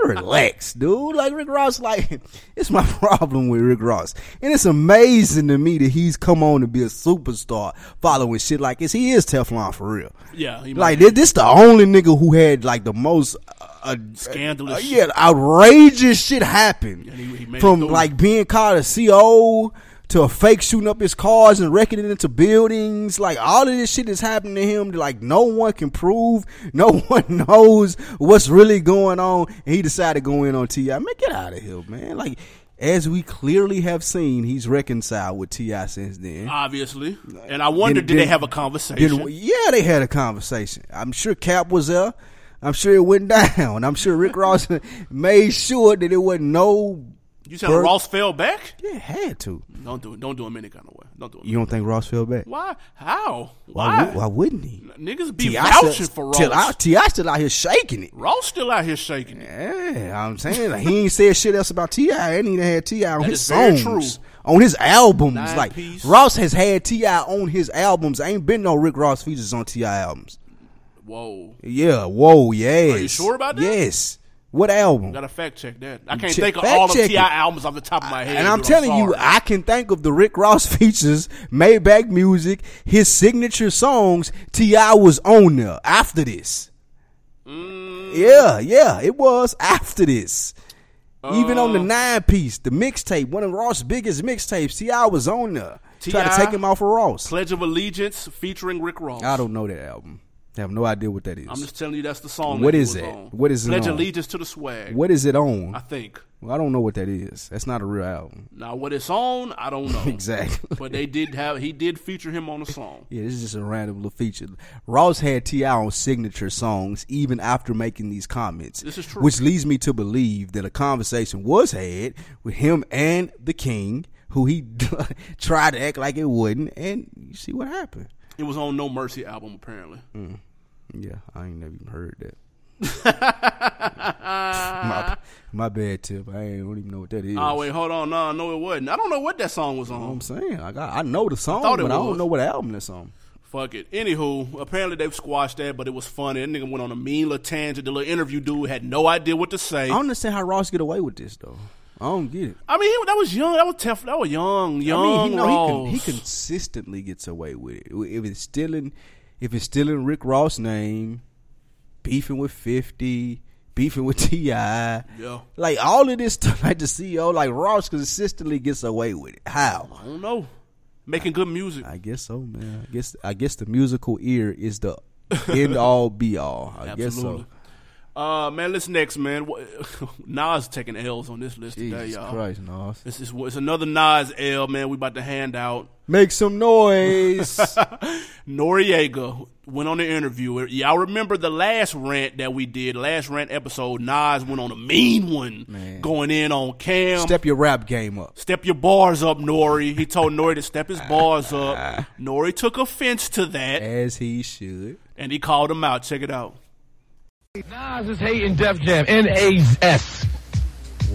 S2: Relax, dude. Like Rick Ross, like it's my [laughs] problem with Rick Ross, and it's amazing to me that he's come on to be a superstar, following shit like this. He is Teflon for real.
S1: Yeah, he
S2: Like this, this the only nigga who had like the most uh,
S1: Scandalous
S2: uh, yeah, outrageous shit happen
S1: he- he made it
S2: from
S1: through.
S2: like being caught a CO to a fake shooting up his cars and wrecking it into buildings. Like all of this shit is happening to him. That, like no one can prove, [laughs] no one knows what's really going on, and he decided to go in on Ti. Man, get out of here, man! Like. As we clearly have seen, he's reconciled with Ti since then.
S1: obviously. And I wonder,
S2: Then-
S1: did they
S2: then-
S1: have a
S2: Then-
S1: conversation?
S2: yeah, they had a conversation. I'm sure Cap was there. I'm sure it went [laughs] down. I'm sure Rick Ross [laughs] made sure that it wasn't no.
S1: You saying
S2: birth-
S1: Ross fell back?
S2: Yeah, had to.
S1: Don't do it. Don't do him any kind of way. Don't do him.
S2: You don't think Ross fell back?
S1: Why? How?
S2: Why,
S1: Why?
S2: wou- why wouldn't he?
S1: Niggas be
S2: T.I.
S1: vouching
S2: still-
S1: for
S2: Till I,
S1: Ross.
S2: T.I. still out here shaking it. [laughs]
S1: Ross still out here shaking it.
S2: Yeah, I'm saying like, he ain't said shit else about T.I. And he done had T.I. on
S1: That
S2: his
S1: is very
S2: songs,
S1: true.
S2: on his albums.
S1: Nine
S2: like
S1: Piece.
S2: Ross has had T.I. on his albums. Ain't been no Rick Ross features on T.I. albums.
S1: Whoa.
S2: Yeah, whoa, yes. Are
S1: you sure about that?
S2: Yes. What album?
S1: Gotta fact check that. I can't
S2: Check-
S1: think of
S2: fact
S1: all of
S2: check
S1: Ti
S2: it.
S1: albums off the top of my head.
S2: and I'm
S1: dude.
S2: telling you,
S1: sorry.
S2: I can think of the Rick Ross [laughs] features, Maybach Music, his signature songs. T.I. was on there after this.
S1: Mm.
S2: Yeah, yeah, it was after this. Even on the
S1: Uh.
S2: nine piece, the mixtape, one of Ross' biggest mixtapes, T.I. was on there. Try to
S1: T.I.
S2: take him off of Ross.
S1: Pledge of Allegiance featuring Rick Ross.
S2: I don't know that album. I have no idea what that is.
S1: I'm just telling you that's the song.
S2: What
S1: that he
S2: is
S1: was
S2: it?
S1: on.
S2: What is it
S1: Pledge
S2: on?
S1: allegiance to the swag.
S2: what is it on?
S1: I think.
S2: Well, I don't know what that is. That's not a real album.
S1: Now what it's on, I don't know.
S2: [laughs] Exactly.
S1: But they did have he did feature him on a song.
S2: Yeah, this is just a random little feature. Ross had T.I. on signature songs even after making these comments.
S1: This is true.
S2: Which leads me to believe that a conversation was had with him and the king, who he [laughs] tried to act like it wouldn't, and you see what happened.
S1: It was on No Mercy album apparently.
S2: Mm. Yeah, I ain't never even heard that. [laughs] my, my bad tip. I ain't- don't even know what that is.
S1: Oh wait, hold on. No, no it wasn't. I don't know what that song was on.
S2: I'm saying I got I know the song,
S1: thought it
S2: but I don't
S1: was.
S2: know what album that's on.
S1: Fuck it. Anywho, apparently they've squashed that, but it was funny. That nigga went on a mean little tangent. The little interview dude had no idea what to say.
S2: I don't understand how Ross get away with this though. I don't get it.
S1: I mean, he, that was young. That was tough. That was young, young
S2: I mean, he, know
S1: Ross.
S2: he, con- he consistently gets away with it. If it's stealing, if it's stealing Rick Ross' name, beefing with Fifty, beefing with [laughs] Ti.
S1: Yeah.
S2: Like all of this stuff, like the CEO, like Ross consistently gets away with it. How?
S1: I don't know. Making good music.
S2: I guess so, man. I guess I guess the musical ear is the
S1: [laughs]
S2: end all be all. I guess so.
S1: Absolutely. Uh, man, let's next, man. What- [laughs] Nas taking L's on this list today,
S2: Jesus
S1: y'all.
S2: Christ, Nas.
S1: This is it's another Nas L, man. We about to hand out.
S2: Make some noise.
S1: [laughs] Noriega went on the interview. Y'all remember the last rant that we did, last rant episode. Nas went on a mean one, going in on Cam.
S2: Step your rap game up.
S1: Step your bars up, Nori. He told Nori to step his bars
S2: [laughs]
S1: up. Nori took offense to that.
S2: As he should.
S1: And he called him out. Check it out.
S13: Nas is hating Def Jam. N A S.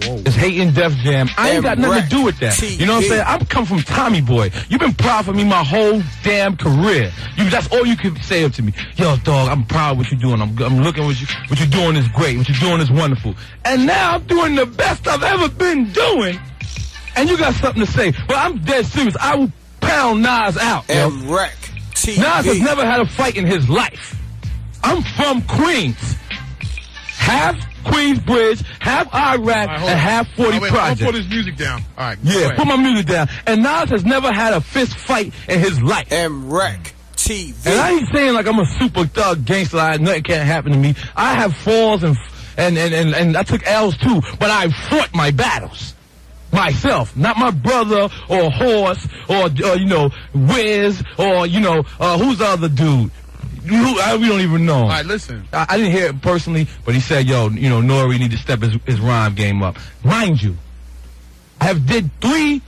S13: Is hating Def Jam. I ain't got nothing to do with that. You know what I'm saying? I've come from Tommy Boy. You've been proud for me my whole damn career. You, that's all you can say up to me. Yo, dog, I'm proud of what you're doing. I'm, I'm looking what you what you're doing is great. What you're doing is wonderful. And now I'm doing the best I've ever been doing. And you got something to say? Well, I'm dead serious. I will pound Nas out. yo. Nas has never had a fight in his life. I'm from Queens. Half Queensbridge, half Iraq, and half 40
S12: Oh,
S14: Oh, Wait, I'm
S13: Project.
S14: gonna put his music down. All right. go
S13: yeah,
S14: ahead.
S13: put my music down. And Nas has never had a fist fight in his life.
S11: And wreck TV.
S13: And I ain't saying like I'm a super thug gangster. Like nothing can't happen to me. I have falls and and and and, and I took L's too, but I fought my battles. Myself, not my brother or horse or uh, you know Wiz or you know uh, who's the other dude. Who, I, we don't even know. All right,
S14: listen.
S13: I, I didn't hear it personally, but he said, "Yo, you know, Nori need to step his, his rhyme game up." Mind you, I have did three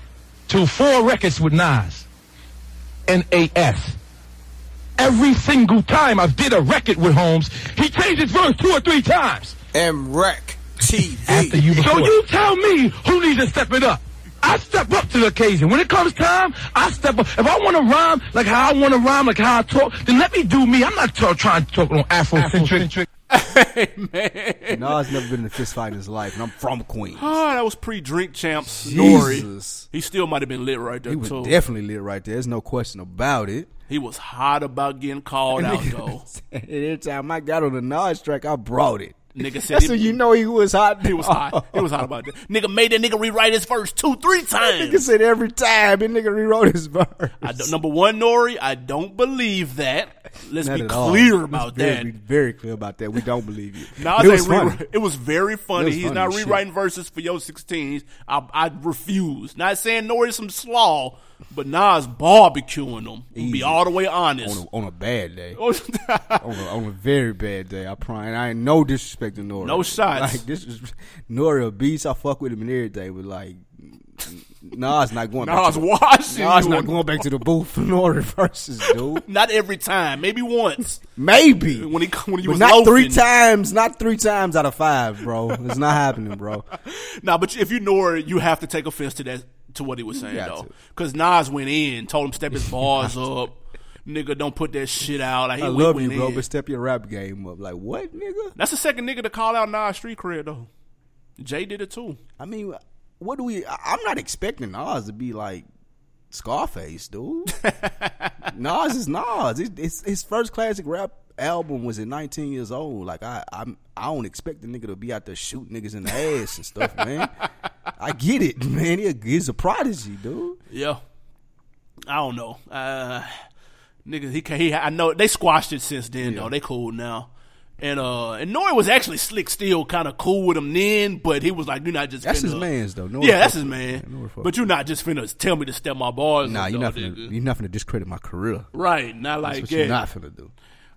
S13: to four records with Nas. N.A.S. Every single time I've did a record with Holmes, he changed his verse two or three times.
S11: And wreck TV.
S13: After you so you tell me who needs to step it up. I step up to the occasion. When it comes time, I step up. If I want to rhyme like how I want to rhyme, like how I talk, then let me do me. I'm not t- trying to talk on Afrocentric.
S2: Nas never been in a fist fight in his life, and I'm from Queens.
S1: Ah, that was pre-drink champs. Nori.
S2: Jesus.
S1: He still might have been lit right there
S2: He was
S1: too.
S2: definitely lit right there. There's no question about it.
S1: He was hot about getting
S2: [laughs]
S1: called out
S2: Nigga
S1: though.
S2: said, Every time I got on the Nas track, I brought it.
S1: Nigga said
S2: That's
S1: he- [laughs]
S2: when you know he was hot.
S1: He was hot. He was hot about that. Nigga made that nigga rewrite his verse two,
S2: [laughs]
S1: three times.
S2: Nigga said every time. That nigga rewrote his verse.
S1: I don't- number one, Nori, I don't believe that. Let's
S2: Not
S1: be
S2: at all.
S1: clear
S2: Let's
S1: about
S2: very,
S1: that.
S2: Be very clear about that. We don't believe you.
S1: Nas
S2: it,
S1: ain't
S2: was funny.
S1: rewri- it was very funny.
S2: It was
S1: He's
S2: funny
S1: not
S2: as shit.
S1: rewriting verses for your 16s. I, I refuse. Not saying Nori's some slaw, but Nas barbecuing them. Be
S2: Easy.
S1: all the way honest. Oh,
S2: on a, on a bad day.
S1: [laughs]
S2: on, a, on a very bad day, I probably. And I ain't no disrespect to Nori.
S1: No shots.
S2: Like this is Nori a beast. I fuck with him every day, but like Nas not going. back
S1: Nas
S2: to
S1: watching
S2: Nas
S1: you.
S2: not going back to the booth for Nori versus
S1: [laughs]
S2: dude.
S1: Not every time. Maybe once.
S2: [laughs] Maybe
S1: When he when he
S2: But
S1: was
S2: not three
S1: loafing.
S2: times. Not three times out of five, bro. It's not
S1: [laughs]
S2: happening, bro.
S1: Nah, but if you Nori, you have to take offense to that to what he was saying
S2: got
S1: though, because Nas went in, told him
S2: [laughs]
S1: step his bars up, nigga, don't put that shit out. Like, he
S2: I
S1: went-
S2: love you,
S1: went
S2: bro,
S1: in.
S2: but step your rap game up. Like what? nigga.
S1: That's the second nigga to call out Nas street cred though. Jay did it too.
S2: I mean, what do we? I- I'm not expecting Nas to be like
S1: [laughs]
S2: Scarface, dude. Nas is Nas. It, it's his first classic rap album was at 19 years old. Like I, I'm, I don't expect the nigga to be out there shooting niggas in the ass and stuff, man. I get it, man. He a, he's a prodigy, dude.
S1: Yeah, I don't know, uh, nigga. He can he. I know they squashed it since then though. They cool now. And uh, and Nori was actually slick, still kind of cool with him then, but he was like, "You're not just
S2: That's
S1: finna-
S2: his man's, though. Nori
S1: yeah, that's
S2: fuck
S1: his
S2: with
S1: man.
S2: him. Nori fuck
S1: but you're not just finna tell me to step my bars.
S2: Nah,
S1: up,
S2: you're
S1: though,
S2: not finna,
S1: nigga.
S2: you're not finna discredit my career.
S1: Right, not like
S2: That's what
S1: that.
S2: you're not finna do.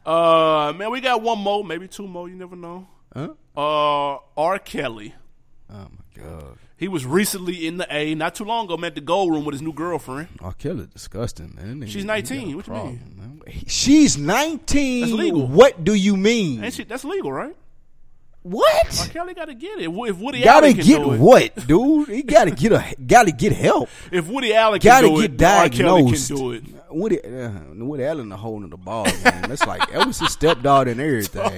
S1: Uh, man, we got one more, maybe two more. You never know.
S2: Huh?
S1: Uh, R. Kelly.
S2: Oh my god,
S1: He was recently in the A, not too long ago. Man, at the gold room with his new girlfriend.
S2: R. Kelly, disgusting, man. That nigga-
S1: She's
S2: he got a
S1: nineteen. What you mean?
S2: She's 19.
S1: That's legal.
S2: What do you mean?
S1: Ain't she, that's legal, right?
S2: What?
S1: R. Kelly got to get it. If Woody
S2: gotta
S1: Allen can
S2: get
S1: do it,
S2: what, dude? He gotta get a gotta get help.
S1: If Woody Allen can
S2: gotta
S1: do
S2: get
S1: it, R. Kelly can
S2: diagnosed.
S1: do it.
S2: Woody, uh, Woody Allen a hole in the ball, man. That's like Elvis' stepdaughter
S1: [laughs]
S2: and everything.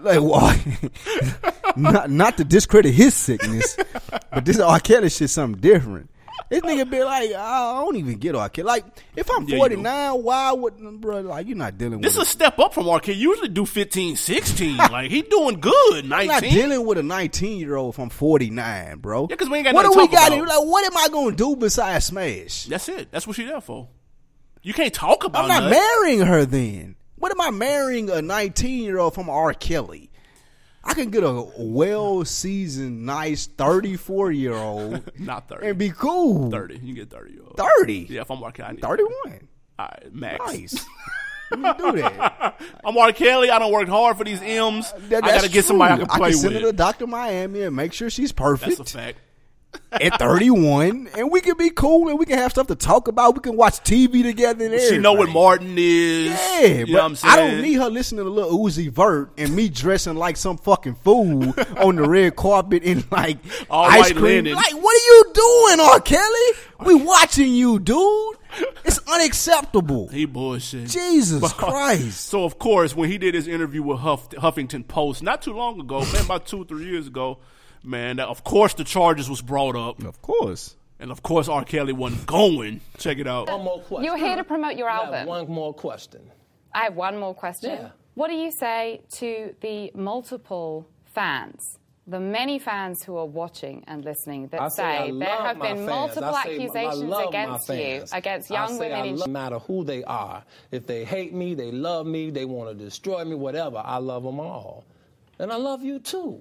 S2: like, well, [laughs] not not to discredit his sickness, but this R. Kelly shit something different. This nigga be like, I don't even get R. Kelly. Like, if I'm
S1: Yeah, you do.
S2: 49, why wouldn't, bro? Like, you're not dealing
S1: This
S2: with
S1: is a step up from R. Kelly. Usually do 15, 16. [laughs] like he doing good.
S2: I'm not
S1: 19.
S2: dealing with a 19 year old if I'm 49, bro. Yeah,
S1: 'cause we ain't got
S2: What
S1: nothing
S2: do we
S1: to talk
S2: got? in-
S1: about.
S2: Like, what am I gonna do besides smash?
S1: That's it. That's what she there for. You can't talk about.
S2: I'm not
S1: nothing.
S2: marrying her then. What am I marrying a 19 year old from R. Kelly? I can get a well seasoned, nice 34 year old
S1: [laughs] Not 30.
S2: and be cool.
S1: 30. You can get 30. Yo.
S2: 30?
S1: Yeah, if I'm R. Kelly. I need
S2: 31.
S1: All right, max. [laughs]
S2: Nice. Let me do that. Uh,
S1: I'm R. Kelly. I don't work hard for these M's. I
S2: That-
S1: got
S2: that's
S1: to get somebody I
S2: true.
S1: can play
S2: send
S1: with.
S2: her to Dr. Miami and make sure she's perfect.
S1: That's a fact.
S2: at 31, and we can be cool, and we can have stuff to talk about. We can watch TV together. And
S1: She know what
S2: everything.
S1: Martin is.
S2: Yeah,
S1: you know
S2: but
S1: what I'm saying.
S2: I don't need her listening to little Uzi Vert and me dressing like some fucking
S1: [laughs]
S2: fool on the red carpet in like
S1: All
S2: ice
S1: white
S2: cream.
S1: linen.
S2: Like, what are you doing, R. Kelly? We watching you, dude. It's unacceptable.
S1: He bullshit.
S2: Jesus
S1: But-
S2: Christ.
S1: So of course, when he did his interview with Huff, Huffington Post not too long ago, man, about two three years ago, man, of course the charges was brought up,
S2: Of course.
S1: and of course R. Kelly wasn't going. Check it out.
S14: One more question.
S15: You're here to promote your
S14: I have
S15: album.
S14: one more question.
S15: I have one more question.
S14: Yeah.
S15: What do you say to the multiple fans, the many fans who are watching and listening that
S14: I say I love
S15: there have
S14: my
S15: been
S14: fans.
S15: multiple
S14: I say I
S15: accusations
S14: love my
S15: against you,
S14: fans.
S15: against
S14: I
S15: young
S14: say
S15: women
S14: I
S15: in
S14: love, no matter who they are, if they hate me, they love me, they want to destroy me, whatever. I love them all, and I love you too.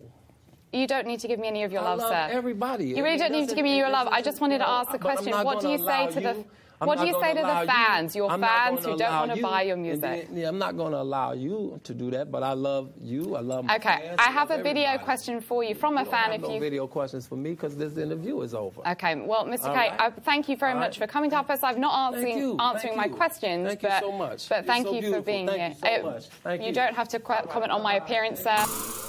S15: You don't need to give me any of your
S14: I
S15: love,
S14: love
S15: sir.
S14: everybody.
S15: You really
S14: It
S15: don't need to
S14: doesn't-
S15: give me
S14: it
S15: your love. I
S14: doesn't-
S15: just wanted to
S14: no,
S15: ask the
S14: but I'm
S15: question:
S14: not
S15: What do you
S14: gonna
S15: say
S14: allow
S15: to the
S14: you- I'm
S15: What
S14: not
S15: do you
S14: gonna
S15: say to
S14: allow
S15: the
S14: you-
S15: fans, your
S14: I'm not
S15: fans
S14: gonna
S15: who don't
S14: allow
S15: want to
S14: you-
S15: buy your
S14: and
S15: music?
S14: then- yeah, I'm not going to allow you to do that, but I love you. I love my
S15: Okay,
S14: fans,
S15: I
S14: love
S15: have a video
S14: everybody.
S15: question for you from a
S14: You don't
S15: fan.
S14: have
S15: If
S14: no
S15: you
S14: video questions for me because this interview is over.
S15: Okay, well, Mr.
S14: All
S15: K,
S14: right.
S15: I, thank you very
S14: All
S15: much
S14: right.
S15: for coming to our first. I've not
S14: Thank
S15: answering,
S14: you.
S15: answering
S14: Thank
S15: my
S14: you.
S15: questions,
S14: Thank you
S15: but,
S14: so much.
S15: but
S14: You're
S15: thank
S14: so
S15: you for
S14: beautiful.
S15: being
S14: Thank
S15: here.
S14: you so
S15: Uh,
S14: much. Thank you.
S15: don't have to qu- comment on my appearance, sir.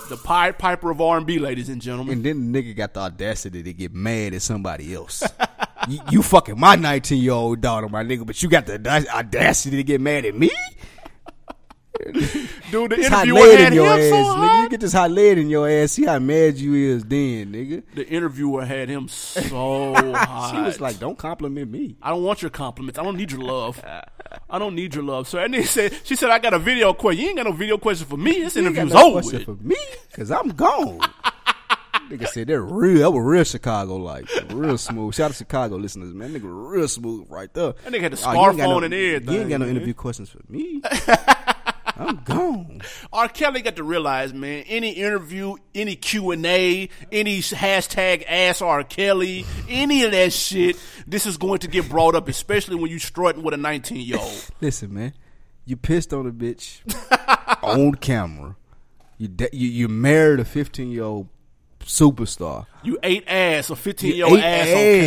S1: The Pied Piper of R&B, ladies and gentlemen.
S2: And then the nigga got the audacity to get mad at somebody else. [laughs] you, you fucking my 19 year old daughter, my nigga, but you got the audac- audacity to get mad at me?
S1: Dude, the
S2: This hot
S1: interviewer
S2: lead
S1: had
S2: in your
S1: him
S2: ass,
S1: so
S2: nigga. You get this hot lead in your ass. See how mad you is then, nigga.
S1: The interviewer had him
S2: [laughs]
S1: so hot.
S2: She was like, "Don't compliment me.
S1: I don't want your compliments. I don't need your love. I don't need your love." So and then she said, "She said I got a video question. You ain't got no video question for me. This
S2: You ain't got
S1: interview's
S2: no
S1: over."
S2: question
S1: with."
S2: for me because
S1: [laughs]
S2: I'm gone." nigga said they're real. That was real Chicago like, real smooth. Shout out to Chicago listeners, man. Nigga, real smooth right there.
S1: That nigga had the
S2: Oh, you ain't
S1: smartphone
S2: got no-
S1: and everything.
S2: You ain't got no
S1: man.
S2: interview questions for me. I'm gone.
S1: [laughs] R. Kelly got to realize, man, any interview, any Q and A, any hashtag ass R. Kelly, any of that shit, this is going to get brought up, especially when you strutting with a nineteen year old.
S2: Listen, man, you pissed on
S1: [laughs]
S2: a bitch on camera. You de- you you married a 15 year old superstar.
S1: You ate ass, a fifteen year
S2: You
S1: old
S2: ate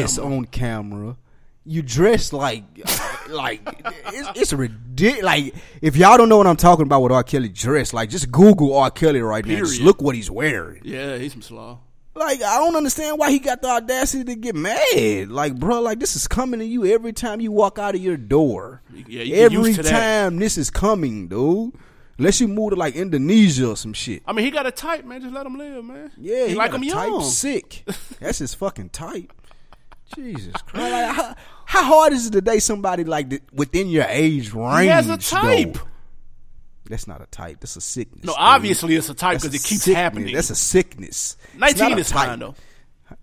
S1: ass,
S2: ass
S1: on camera.
S2: on camera. You dressed like [laughs] like it's, it's ridiculous. Like if y'all don't know what I'm talking about with R. Kelly dressed, like just Google R. Kelly right now. Just
S1: Period.
S2: look what he's wearing.
S1: Yeah, he's some slaw.
S2: [laughs] Like I don't understand why he got the audacity to get mad. Like bro, like this is coming to you every time you walk out of your door.
S1: Yeah, you get
S2: every
S1: used to that.
S2: time this is coming, dude. Unless you move to like Indonesia or some shit.
S1: I mean, he got a type, man. Just let him live, man.
S2: Yeah,
S1: he
S2: he
S1: like
S2: got
S1: him
S2: a type
S1: young.
S2: sick. That's his fucking type. Jesus Christ! Like, how, how hard is it to date somebody like that within your age range?
S1: He has a type.
S2: though? That's not a type. That's a sickness.
S1: No,
S2: dude.
S1: obviously it's a type
S2: That's
S1: 'cause
S2: a
S1: it keeps
S2: sickness.
S1: happening.
S2: That's a sickness. It's not
S1: 19
S2: a
S1: is
S2: type.
S1: fine, though.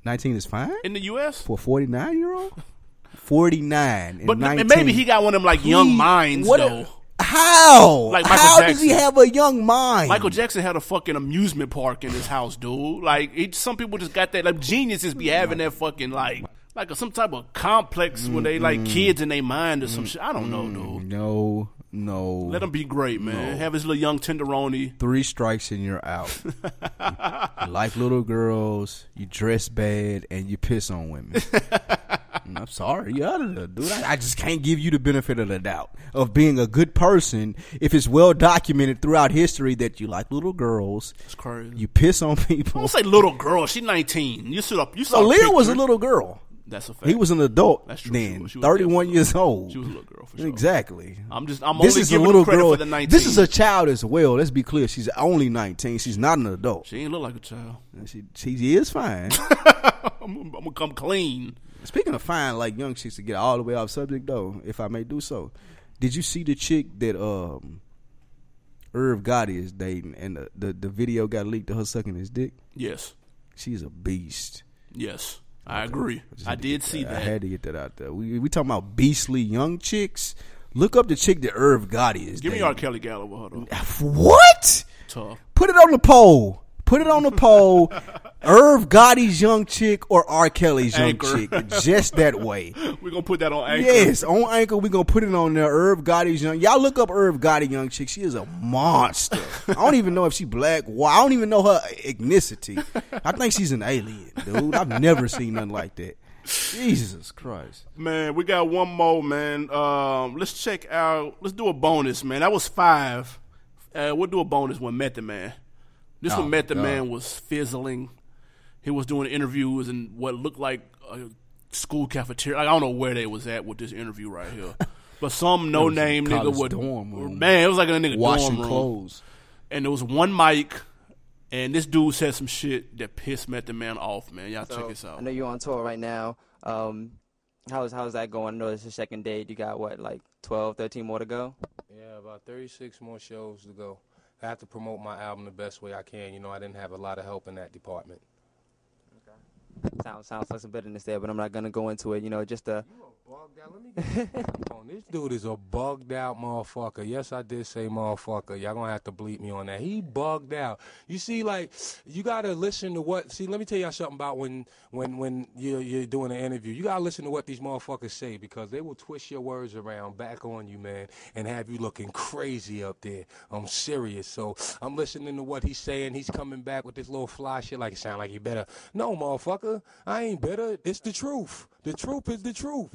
S2: Nineteen is fine
S1: In the U.S.,
S2: for a forty-nine year old. Forty-nine, and
S1: but and
S2: 19.
S1: maybe he got one of them like young
S2: Please,
S1: minds
S2: what a-
S1: though.
S2: How?
S1: Like Michael
S2: how does he
S1: Jackson.
S2: have a young mind?
S1: Michael Jackson had a fucking amusement park in his house, dude. Like, it, some people just got that. Like, geniuses be having that fucking like, like some type of complex where they like kids in their mind or some shit. I don't know, dude.
S2: Mm, No, no.
S1: Let him be great, man. Have his little young tenderoni.
S2: Three strikes and you're out. you like little girls, you dress bad, and you piss on women. And I'm sorry, you out of there, dude. I, I just can't give you the benefit of the doubt of being a good person if it's well documented throughout history that you like little girls,
S1: It's crazy.
S2: you piss on people.
S1: Don't say little girl. She nineteen. You sit up. You saw. a
S2: So Leah was a
S1: picture.
S2: little girl.
S1: That's a fact.
S2: He was an adult
S1: That's true. She
S2: then,
S1: was- she was
S2: 31 years old.
S1: She was a little girl for sure.
S2: Exactly.
S1: I'm just. I'm
S2: this
S1: only
S2: is a
S1: giving
S2: little
S1: him credit
S2: girl.
S1: for the nineteen.
S2: This is a child as well. Let's be clear. She's only 19. She's not an adult.
S1: She ain't look like a child. [laughs]
S2: She she is fine.
S1: I'm, I'm gonna come clean.
S2: Speaking of fine, like young chicks to get all the way off subject though, if I may do so, did you see the chick that um Irv Gotti is dating and the, the, the video got leaked to her sucking his dick?
S1: Yes.
S2: She's a beast.
S1: Yes. I agree. I did see
S2: I
S1: that.
S2: had to get that out there. We we talking about beastly young chicks. Look up the chick that Irv Gotti is.
S1: Give me
S2: dating.
S1: R. Kelly Galloway.
S2: [laughs]
S1: Hold on.
S2: What?
S1: Tough.
S2: Put it on the poll. Put it on the poll. [laughs] Irv Gotti's young chick or R. Kelly's young
S1: Anchor.
S2: chick. Just that way.
S1: We're gonna put that on [laughs] anchor.
S2: Yes, on Anchor, we're going to put it on there. Irv Gotti's young. Y'all look up Irv Gotti, young chick. She is a monster. I don't even know if she black. Why? I don't even know her ethnicity. I think she's an alien, dude. I've never seen nothing like that. Jesus Christ.
S1: Man, we got one more, man. Um, let's check out. Let's do a bonus, man. That was five. Uh, we'll do a bonus one. Method Man. This
S2: Oh,
S1: one, Method
S2: God.
S1: Man was fizzling. He was doing interviews in what looked like a school cafeteria. Like, I don't know where they was at with this interview right
S2: [laughs]
S1: here, but some
S2: That
S1: no
S2: was a
S1: name nigga
S2: college
S1: would
S2: dorm room.
S1: man. It was like a nigga
S2: Washing
S1: dorm room.
S2: clothes.
S1: and there was one mic. And this dude said some shit that pissed Method Man off, man. Y'all
S16: So,
S1: check this out.
S16: I know you're on tour right now. Um, how's how's that going? I know it's the second date. You got what, like 12, 13 more to go?
S17: Yeah, about 36 more shows to go. I have to promote my album the best way I can. You know, I didn't have a lot of help in that department.
S16: Sounds sounds like some bitterness there, but I'm not gonna go into it. You know, just the [laughs]
S17: Come on, this dude is a bugged out motherfucker. Yes, I did say motherfucker. Y'all gonna have to bleep me on that. He bugged out. You see, like, you gotta listen to what. See, let me tell y'all something about when when when you're, you're doing an interview. You gotta listen to what these motherfuckers say because they will twist your words around back on you, man, and have you looking crazy up there. I'm serious. So I'm listening to what he's saying. He's coming back with this little fly shit. Like, it sound like you better. No, motherfucker, I ain't better. It's the truth. The truth is the truth.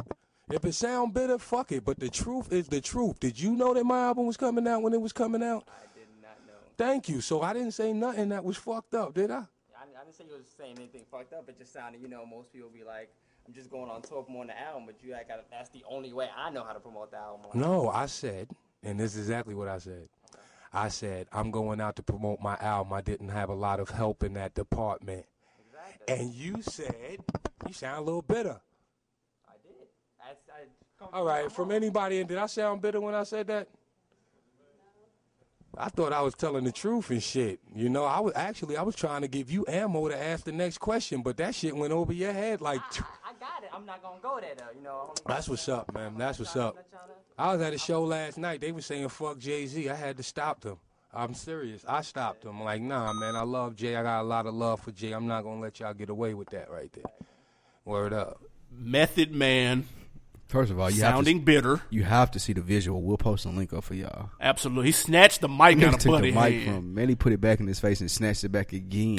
S17: If it sound bitter, fuck it. But the truth is the truth. Did you know that my album was coming out when it was coming out? I did not know. Thank you. So I didn't say nothing that was fucked up, did I?
S16: I, I didn't say you was saying anything fucked up. It just sounded, you know, most people be like, I'm just going on tour more on the album, but you, I got that's the only way I know how to promote the album.
S17: No, I said, and this is exactly what I said. I said, I'm going out to promote my album. I didn't have a lot of help in that department. And you said, you sound a little bitter. All right, from anybody, and did I sound bitter when I said that? I thought I was telling the truth and shit. You know, I was actually I was trying to give you ammo to ask the next question, but that shit went over your head like.
S16: I got it. I'm not gonna go there though. You know,
S17: [laughs] That's what's up, man. That's what's up. I was at a show last night. They were saying fuck Jay Z. I had to stop them. I'm serious. I stopped them. like, nah, man. I love Jay. I got a lot of love for Jay. I'm not gonna let y'all get away with that right there. Word up.
S1: Method Man.
S2: First of all, you
S1: sounding
S2: have to,
S1: bitter.
S2: You have to see the visual. We'll post a link up for y'all.
S1: Absolutely. He snatched the mic
S2: Nigga
S1: out of
S2: took the
S1: Buddy
S2: mic
S1: head.
S2: from him. Then he put it back in his face and snatched it back
S1: [laughs]
S2: again,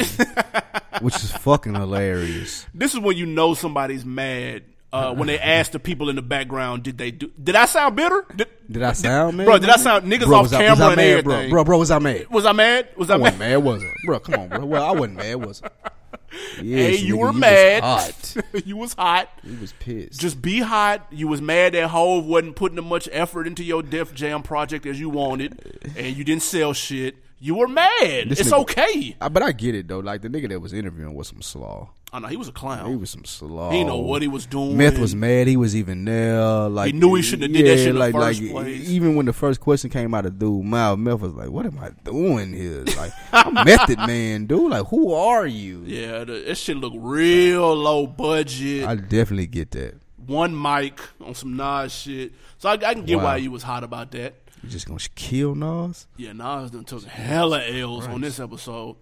S2: which is fucking hilarious.
S1: This is when you know somebody's mad. Uh, when they ask the people in the background, did they do? Did I sound bitter? Did,
S2: Did I sound mad?
S1: Bro, did I sound niggas
S2: Bro,
S1: off
S2: was I-
S1: camera
S2: was I
S1: and
S2: mad,
S1: everything?
S2: Bro, bro, bro, was I mad?
S1: Was I mad? Was I,
S2: I wasn't
S1: mad?
S2: mad, was I? Bro, come on, bro. Well, I wasn't mad, was I?
S1: [laughs] hey,
S2: Yes,
S1: you
S2: nigga,
S1: were
S2: was
S1: mad.
S2: hot.
S1: [laughs] you was hot.
S2: You was pissed.
S1: Just be hot. You was mad that Hove wasn't putting as much effort into your Def Jam project as you wanted, and you didn't sell shit. You were mad.
S2: This
S1: it's
S2: nigga-
S1: okay.
S2: I- but I get it though. Like the nigga that was interviewing was some slaw.
S1: I know Oh, he was a clown.
S2: He was some slaw.
S1: He know what he was doing.
S2: Meth was mad. He was even there. Like
S1: knew he shouldn't have did that shit in the first place.
S2: Even when the first question came out of dude mouth, Meth was like, "What am I doing here? Like I'm
S1: [laughs]
S2: method man, dude. Like who are you?"
S1: Yeah, the, that shit looked real low budget.
S2: I definitely get that.
S1: one mic on some Nas shit. So I, I can get
S2: Wow.
S1: why you was hot about that.
S2: You just gonna sh- kill Nas?
S1: Yeah, Nas done took hella L's on this episode.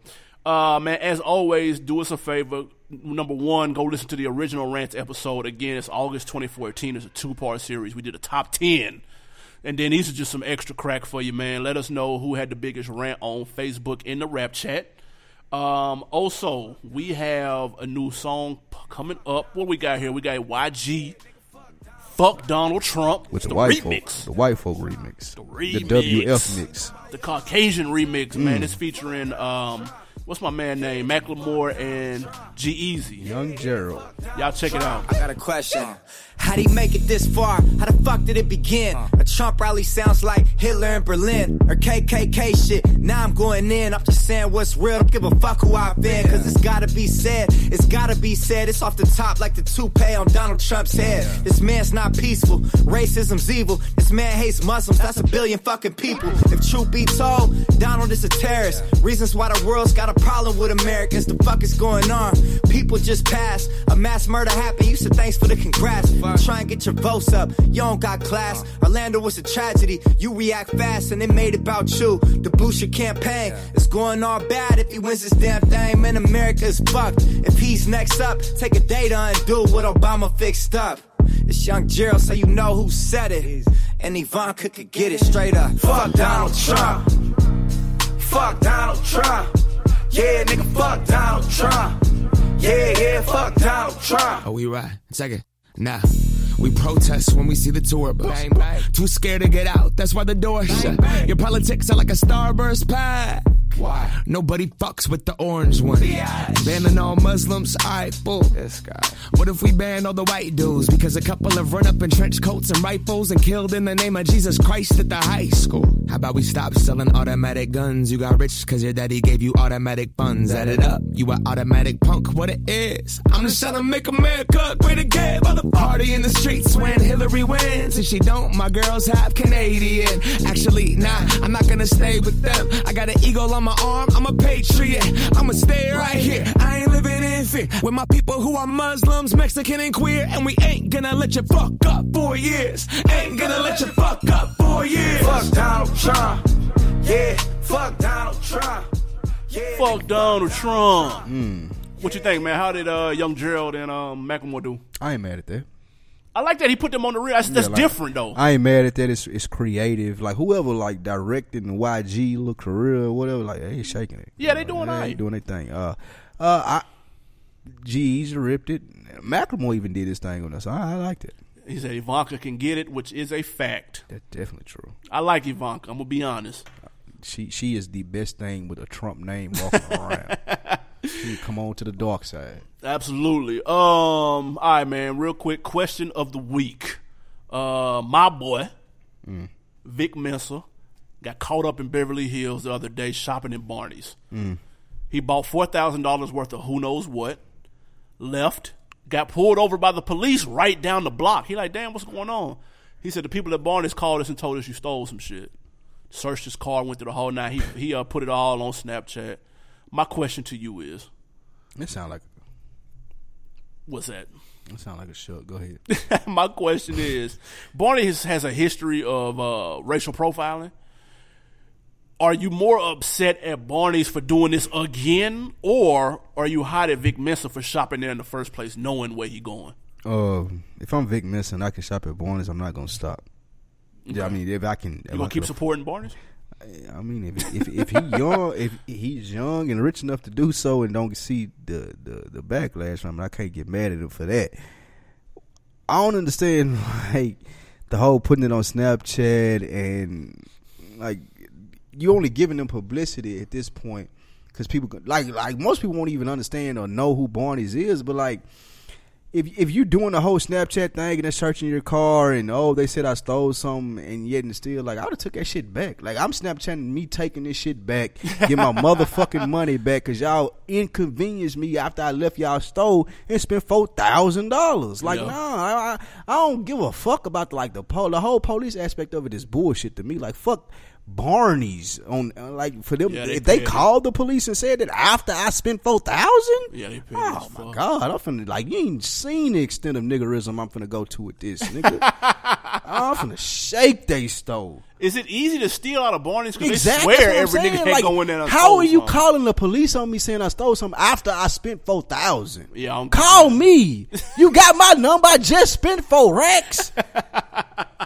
S1: Uh, man, as always, do us a favor. Number one, go listen to the original Rants episode. Again, it's August 2014. It's a two part series. We did a top 10. And then these are just some extra crack for you, man. Let us know who had the biggest rant on Facebook in the rap chat. Um, also, we have a new song p- coming up. What we got here? We got YG. Fuck Donald Trump.
S2: With
S1: It's
S2: the, white
S1: remix.
S2: folk, the white folk remix,
S1: remix.
S2: the WF mix.
S1: The Caucasian remix,
S2: Mm.
S1: man. It's featuring um, what's my man name? Macklemore and G Easy.
S2: Young Gerald.
S1: Y'all check it out.
S18: I got a question. How'd he make it this far? How the fuck did it begin? A Trump rally sounds like Hitler in Berlin or KKK shit. Now I'm going in, I'm just saying what's real. Don't give a fuck who I've been, cause it's gotta be said. It's gotta be said. It's off the top like the toupee on Donald Trump's head. This man's not peaceful. Racism's evil. This man hates Muslims. That's a billion fucking people. If truth be told, Donald is a terrorist. Reasons why the world's got a problem with Americans. The fuck is going on? People just pass. A mass murder happened. You said thanks for the congrats. Try and get your votes up. You don't got class. Orlando was a tragedy. You react fast and it made about you. The boost your campaign. It's going all bad if he wins this damn thing. Man, America is fucked. If he's next up, take a day to undo what Obama fixed up. It's young Gerald, so you know who said it. And Ivanka could get it straight up. Fuck Donald Trump.
S19: Fuck Donald Trump. Yeah, nigga, fuck Donald Trump. Yeah, yeah, fuck Donald Trump.
S20: Oh, we right. Check it. Nah. We protest when we see the tour bus. Too scared to get out, that's why the door shut. Your politics are like a starburst pack. Why? Nobody fucks with the orange one. Banning all Muslims, alright, fool. This guy. What if we ban all the white dudes? Because a couple have run up in trench coats and rifles and killed in the name of Jesus Christ at the high school. How about we stop selling automatic guns? You got rich cause your daddy gave you automatic funds. Add it up, you an automatic punk, what it is. I'm just trying to make America great again. Motherfucker. Party in the streets when Hillary wins. If she don't, my girl's half Canadian. Actually, nah, I'm not gonna stay with them. I got an eagle on my arm, I'm a patriot. I'ma stay right here, I ain't living in fear. With my people who are Muslims, Mexican, and queer. And we ain't gonna let you fuck up for years. Ain't gonna let you fuck up for years.
S19: Fuck Donald Trump. Yeah, fuck Donald Trump.
S1: Fuck Donald Trump.
S2: Mm,
S1: What you think, man? How did uh, Young Gerald and um, Macklemore do?
S2: I ain't mad at that.
S1: I like that he put them on the real. That's, that's
S2: Yeah, like,
S1: different though.
S2: I ain't mad at that. It's it's creative. Like whoever like directing the YG look career or whatever, like they shaking it.
S1: Yeah, they doing
S2: They ain't
S1: alright.
S2: doing anything. Uh, uh, I, G's ripped it. Macklemore even did his thing on us. I, I liked it.
S1: He said Ivanka can get it, which is a fact.
S2: That's definitely true.
S1: I like Ivanka. I'm gonna be honest.
S2: She she is the best thing with a Trump name
S1: [laughs]
S2: walking around. She come on to the dark side.
S1: Absolutely. Um. All right, man. Real quick question of the week. Uh, my boy,
S2: Mm.
S1: Vic Mensa, got caught up in Beverly Hills the other day shopping at Barney's.
S2: Mm.
S1: He bought four thousand dollars worth of who knows what. Left, got pulled over by the police right down the block. He like, damn, what's going on? He said the people at Barney's called us and told us you stole some shit. Searched his car, went through the whole night. He he uh, put it all on Snapchat. My question to you is,
S2: That sound like
S1: what's that?
S2: that sound like a shook. Go ahead.
S1: [laughs] my question is Barney has, has a history of uh, racial profiling. Are you more upset at Barney's for doing this again, or are you hot at Vic Mensa for shopping there in the first place, knowing where he going?
S2: Uh, if I'm Vic Mensa, and I can shop at Barnes. I'm not gonna stop. Yeah, I mean, if I can, if
S1: You
S2: I
S1: gonna keep
S2: can-
S1: supporting Barney's?
S2: I mean, if if, if he young, if he's young and rich enough to do so, and don't see the the, the backlash from it, I can't get mad at him for that. I don't understand [laughs] like the whole putting it on Snapchat and like you only giving them publicity at this point because people could- like like most people won't even understand or know who Barney's is, but like. If, if you doing the whole Snapchat thing and they're searching your car and oh they said I stole something and yet and still like I would have took that shit back like I'm Snapchatting me taking this shit back get my motherfucking money back cause y'all inconvenienced me after I left y'all stole and spent four thousand dollars like
S1: Yeah.
S2: nah I, I I don't give a fuck about like the pol the whole police aspect of it is bullshit to me like fuck Barney's on uh, like for them
S1: Yeah, they
S2: if they
S1: paid it.
S2: called the police and said that after I spent four thousand
S1: Yeah, they paid
S2: Oh my god, I'm finna like you ain't seen the extent of niggerism I'm finna go to with this,
S1: [laughs]
S2: nigga. I'm finna shake they stole.
S1: Is it easy to steal out of Barney's? Because
S2: Exactly.
S1: they swear
S2: that's
S1: every
S2: what I'm
S1: nigga
S2: saying.
S1: that
S2: Like,
S1: go in there. and
S2: how are
S1: stole
S2: you
S1: something.
S2: calling the police on me saying I stole something after I spent four thousand?
S1: Yeah, I'm
S2: Call me. You got my number. I just spent four
S1: [laughs]
S2: racks.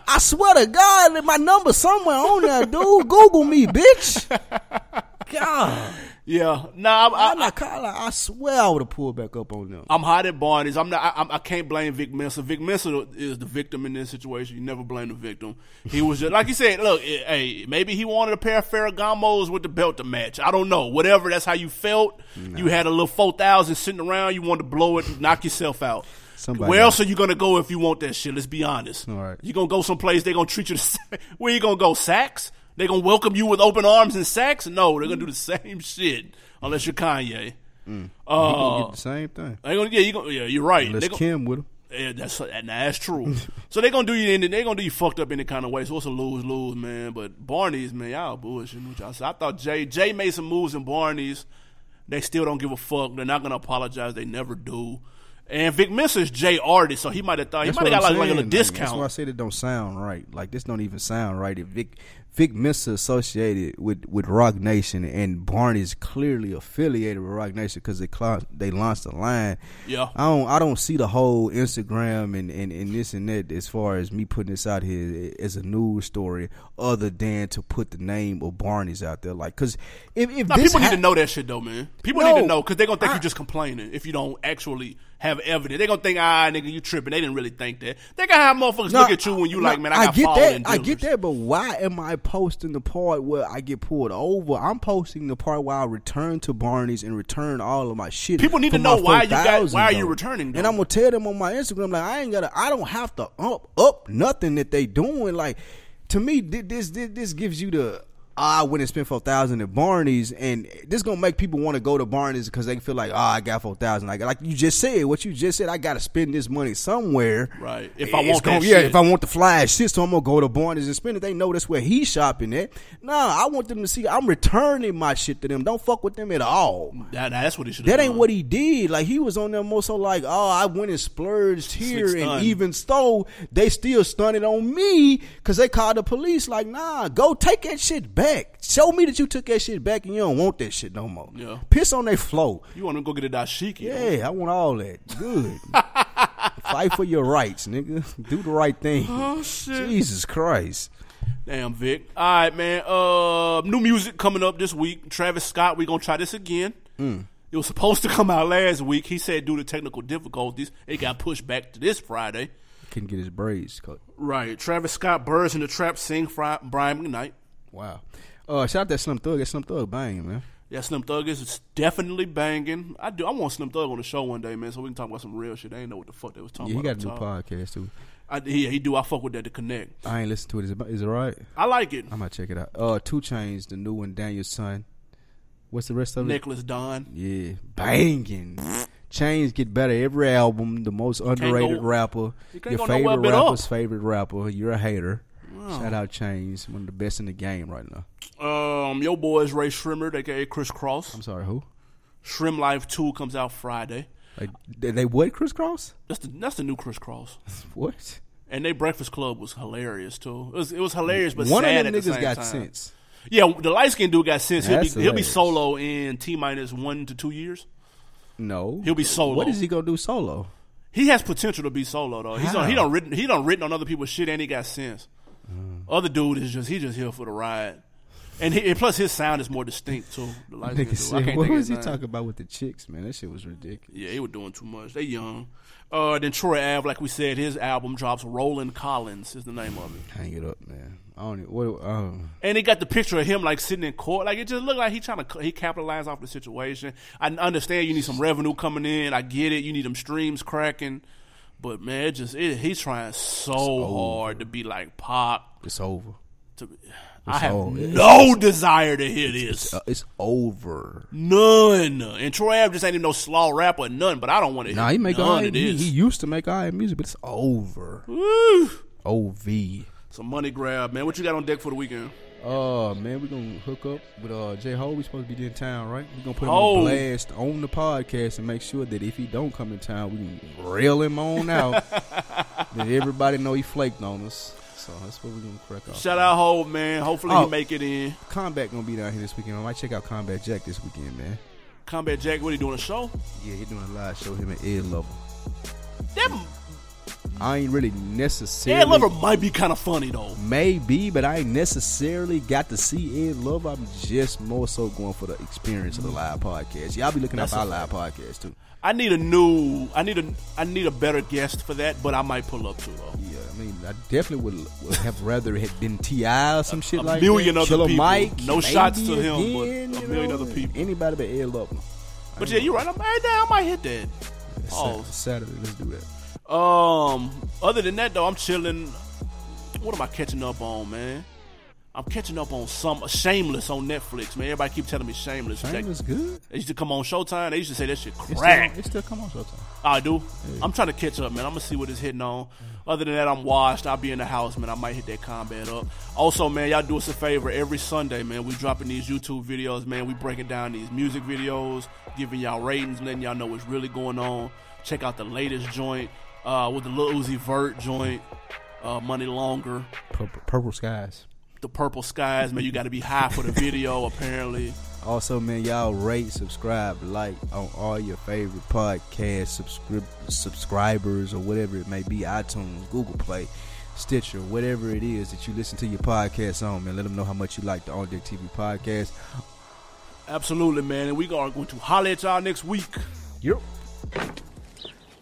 S2: I swear to God, that my number somewhere on there, dude. Google me, bitch. God,
S1: yeah, nah, I'm, I,
S2: I'm not calling. I swear I would have pulled back up on them.
S1: I'm hot at Barney's. I'm not. I, I'm- I can't blame Vic Mensa. Vic Mensa is the victim in this situation. You never blame the victim. He was just like you said. Look, eh, hey, maybe he wanted a pair of Ferragamos with the belt to match. I don't know. Whatever. That's how you felt. You had a little four thousand sitting around. You wanted to blow it, and knock yourself out.
S2: Somebody-
S1: Where else are you gonna go if you want that shit? Let's be honest.
S2: All right.
S1: [laughs] You gonna go someplace? They gonna treat you. The same. Where you gonna go? Saks? They gonna welcome you with open arms and sacks? No, they're gonna do the [laughs] same shit unless you're Kanye. Uh,
S2: Mm. You gonna get the same thing.
S1: They gonna yeah, you gonna, yeah, you're right.
S2: Unless
S1: They gon-
S2: Kim with him.
S1: Yeah, that's and that's true. [laughs] so they gonna do you in they gonna do you fucked up in any kind of way. So it's a lose lose, man. But Barney's man, y'all bullshitting with y'all. So I thought Jay Jay made some moves in Barney's. They still don't give a fuck. They're not gonna apologize. They never do. And Vic Mensa's Jay artist, so he might have thought he
S2: That's
S1: Oh, might have
S2: what
S1: got like,
S2: I'm
S1: like a little
S2: saying. That's why I
S1: discount.
S2: said it don't sound right. Like this don't even sound right. If Vic Vic Mensa associated with with Rock Nation and Barney's clearly affiliated with Rock Nation because they cla- they launched a line.
S1: Yeah.
S2: I don't I don't see the whole Instagram and, and and this and that as far as me putting this out here as a news story other than to put the name of Barney's out there. Like because if, if
S1: Nah,
S2: this
S1: people need
S2: hap-
S1: to know that shit though, man. People
S2: No.
S1: need to know because they're gonna think you're just complaining if you don't actually have evidence. They're gonna think, ah, nigga, you tripping. They didn't really think that. They got how motherfuckers
S2: No,
S1: look at you when you
S2: no,
S1: like, man, I got
S2: get
S1: fouled
S2: that.
S1: in
S2: I
S1: Dillon.
S2: get that, but why am I posting the part where I get pulled over? I'm posting the part where I return to Barney's and return all of my shit.
S1: People need
S2: for
S1: to
S2: my
S1: know why you got-
S2: 4,000
S1: why are you
S2: though.
S1: returning,
S2: And I'm gonna tell them on my Instagram like I ain't gotta. I don't have to up up nothing that they doing. Like to me, thi- this this this gives you the. I went and spent four thousand at Barney's, and this gonna make people want to go to Barney's because they feel like, oh, I got four thousand. Like, like you just said, what you just said, I gotta spend this money somewhere.
S1: Right. If I
S2: It's
S1: want
S2: gonna-
S1: that
S2: yeah,
S1: shit.
S2: if I want the fly shit, so I'm gonna go to Barnes and spend it. They know that's where he's shopping at. Nah, I want them to see I'm returning my shit to them. Don't fuck with them at all.
S1: Nah, nah, that's what he should.
S2: That ain't what he did. Like he was on there more so like, oh, I went and splurged here,
S1: Slick
S2: and
S1: stun.
S2: even though they still stunning on me because they called the police. Like, nah, go take that shit back. Show me that you took that shit back, and you don't want that shit no more.
S1: Yeah.
S2: Piss on their flow.
S1: You want to go get a dashiki?
S2: Yeah, I want all that.
S1: [laughs]
S2: Good. Fight for your rights, nigga. Do the right thing.
S1: Oh, shit.
S2: Jesus Christ.
S1: Damn, Vic. All right, man. Uh, new music coming up this week. Travis Scott. We gonna try this again.
S2: Mm.
S1: It was supposed to come out last week. He said due to technical difficulties, it got pushed back to this Friday.
S2: Couldn't get his braids cut.
S1: Right. Travis Scott birds in the trap sing Fri- Brian McKnight.
S2: Wow. Uh, shout out that Slim Thug. That Slim Thug banging, man.
S1: Yeah, Slim Thug is definitely banging. I do. I want Slim Thug on the show one day, man, so we can talk about some real shit. I ain't know what the fuck they was talking
S2: Yeah,
S1: about.
S2: he got
S1: at
S2: a
S1: the
S2: new
S1: time.
S2: podcast too.
S1: I, yeah, he do. I fuck with that to connect.
S2: I ain't listened to it. Is it, is it right?
S1: I like it.
S2: I might check it out. Uh, Two Chains, the new one, Daniel's son. What's the rest of it?
S1: Nicholas Don.
S2: Yeah, banging. Chains get better every album. The most underrated
S1: go-
S2: rapper,
S1: you can't go
S2: your
S1: nowhere
S2: favorite
S1: but up. Oh.
S2: rapper's favorite rapper. You're a hater.
S1: Wow.
S2: Shout out Chains, one of the best in the game right now.
S1: Um, your boy is Ray Shrimmer, aka Chris Cross. I'm
S2: sorry, who?
S1: Shrim Life Two comes out Friday.
S2: Like, they, they what crisscross?
S1: That's the that's the new Chris Cross.
S2: What?
S1: And they Breakfast Club was hilarious too. It was it was hilarious, but
S2: One of
S1: sad
S2: them
S1: at the
S2: niggas
S1: same
S2: got
S1: time.
S2: sense.
S1: Yeah, the light skinned dude got sense. He'll be,
S2: That's
S1: he'll be
S2: hilarious.
S1: solo in T minus one to two years.
S2: No,
S1: He'll be solo.
S2: What is he gonna do solo?
S1: He has potential to be solo though. He's on, he
S2: How? Mm.
S1: done written he done written on other people's shit and he got sense. Other dude is just he just here for the ride. And, he, and plus his sound is more distinct too. The light skinned
S2: Nigga
S1: dude. I
S2: said,
S1: can't
S2: what
S1: think of his
S2: was he
S1: name.
S2: talking about with the chicks, man? That shit was ridiculous.
S1: Yeah, they were doing too much. They young. Uh, then Troy Ave, like we said, his album drops. Roland Collins is the name of it,
S2: Hang it up, man. I don't. Even, what? Um,
S1: and they got the picture of him like sitting in court. Like it just looked like he trying to he capitalized off the situation. I understand you need some revenue coming in. I get it. You need them streams cracking, but man, it just it, he's trying so hard to be like pop.
S2: it's over.
S1: To, be- I
S2: It's
S1: have
S2: over. It's-
S1: no desire to hear this.
S2: It's, uh, it's over.
S1: None. And Troy Ave just ain't even no slaw rapper or none. But I don't want to.
S2: Nah, he make all
S1: none
S2: right,
S1: of
S2: he,
S1: this.
S2: he used to make all right music, but it's over.
S1: Woo.
S2: Ov.
S1: Some money grab, man. What you got on deck for the weekend?
S2: Uh man, we gonna hook up with uh J Ho. We supposed to be in town, right? We gonna put him
S1: Ho.
S2: on blast on the podcast and make sure that if he don't come in town, we can rail him
S1: [laughs]
S2: on out. Let everybody know he flaked on us. So that's what we're gonna crack off.
S1: Shout out Hov, man. Hopefully
S2: Oh.
S1: he make it in.
S2: Combat gonna be down here this weekend. I might check out Combat Jack this weekend, man.
S1: Combat Jack, what he doing? A show?
S2: Yeah, he doing a live show. Him and Ed Lover.
S1: That
S2: I ain't really necessarily.
S1: Ed Lover might be kind of funny though.
S2: Maybe, but I ain't necessarily got to see Ed Love. I'm just more so going for the experience of the live podcast. Y'all be looking out
S1: That's
S2: for our
S1: a
S2: live podcast too.
S1: I need a new. I need a. I need a better guest for that, but I might pull up too though.
S2: Yeah, I mean, I definitely would, would have rather it had been Ti or some shit
S1: a
S2: like
S1: million
S2: that.
S1: other
S2: Killer
S1: people.
S2: Mike,
S1: No shots
S2: maybe
S1: to him, but
S2: again,
S1: a
S2: you
S1: million
S2: know,
S1: other people.
S2: Anybody but Ed Love.
S1: But yeah, you're right. I'm, hey, damn, I might hit that.
S2: Oh,
S1: Oh.
S2: Saturday, let's do that.
S1: Um. Other than that though, I'm chilling. What am I catching up on, man? I'm catching up on some Shameless on Netflix, man. Everybody keep telling me Shameless.
S3: Shameless good?
S1: They used to come on Showtime. They used to say that shit
S3: It's
S1: crack.
S3: still, it's still come on Showtime.
S1: I do. I'm trying to catch up, man. I'm gonna see what it's hitting on. Other than that, I'm washed. I'll be in the house, man. I might hit that combat up. Also, man, y'all do us a favor. Every Sunday, man, we dropping these YouTube videos, man. We breaking down these music videos, giving y'all ratings, letting y'all know what's really going on. Check out the latest joint uh, with the Lil Uzi Vert joint, uh, Money Longer,
S3: Purple, Purple Skies.
S1: the Purple Skies. Man, you got to be high for the video, apparently.
S2: Also, man, y'all rate, subscribe, like on all your favorite podcast subscri- subscribers or whatever it may be iTunes, Google Play, Stitcher, whatever it is that you listen to your podcast on, man. Let them know how much you like the On Deck TV podcast.
S1: Absolutely, man. And we are going to holler at y'all next week.
S2: Yep.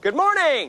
S16: Good morning.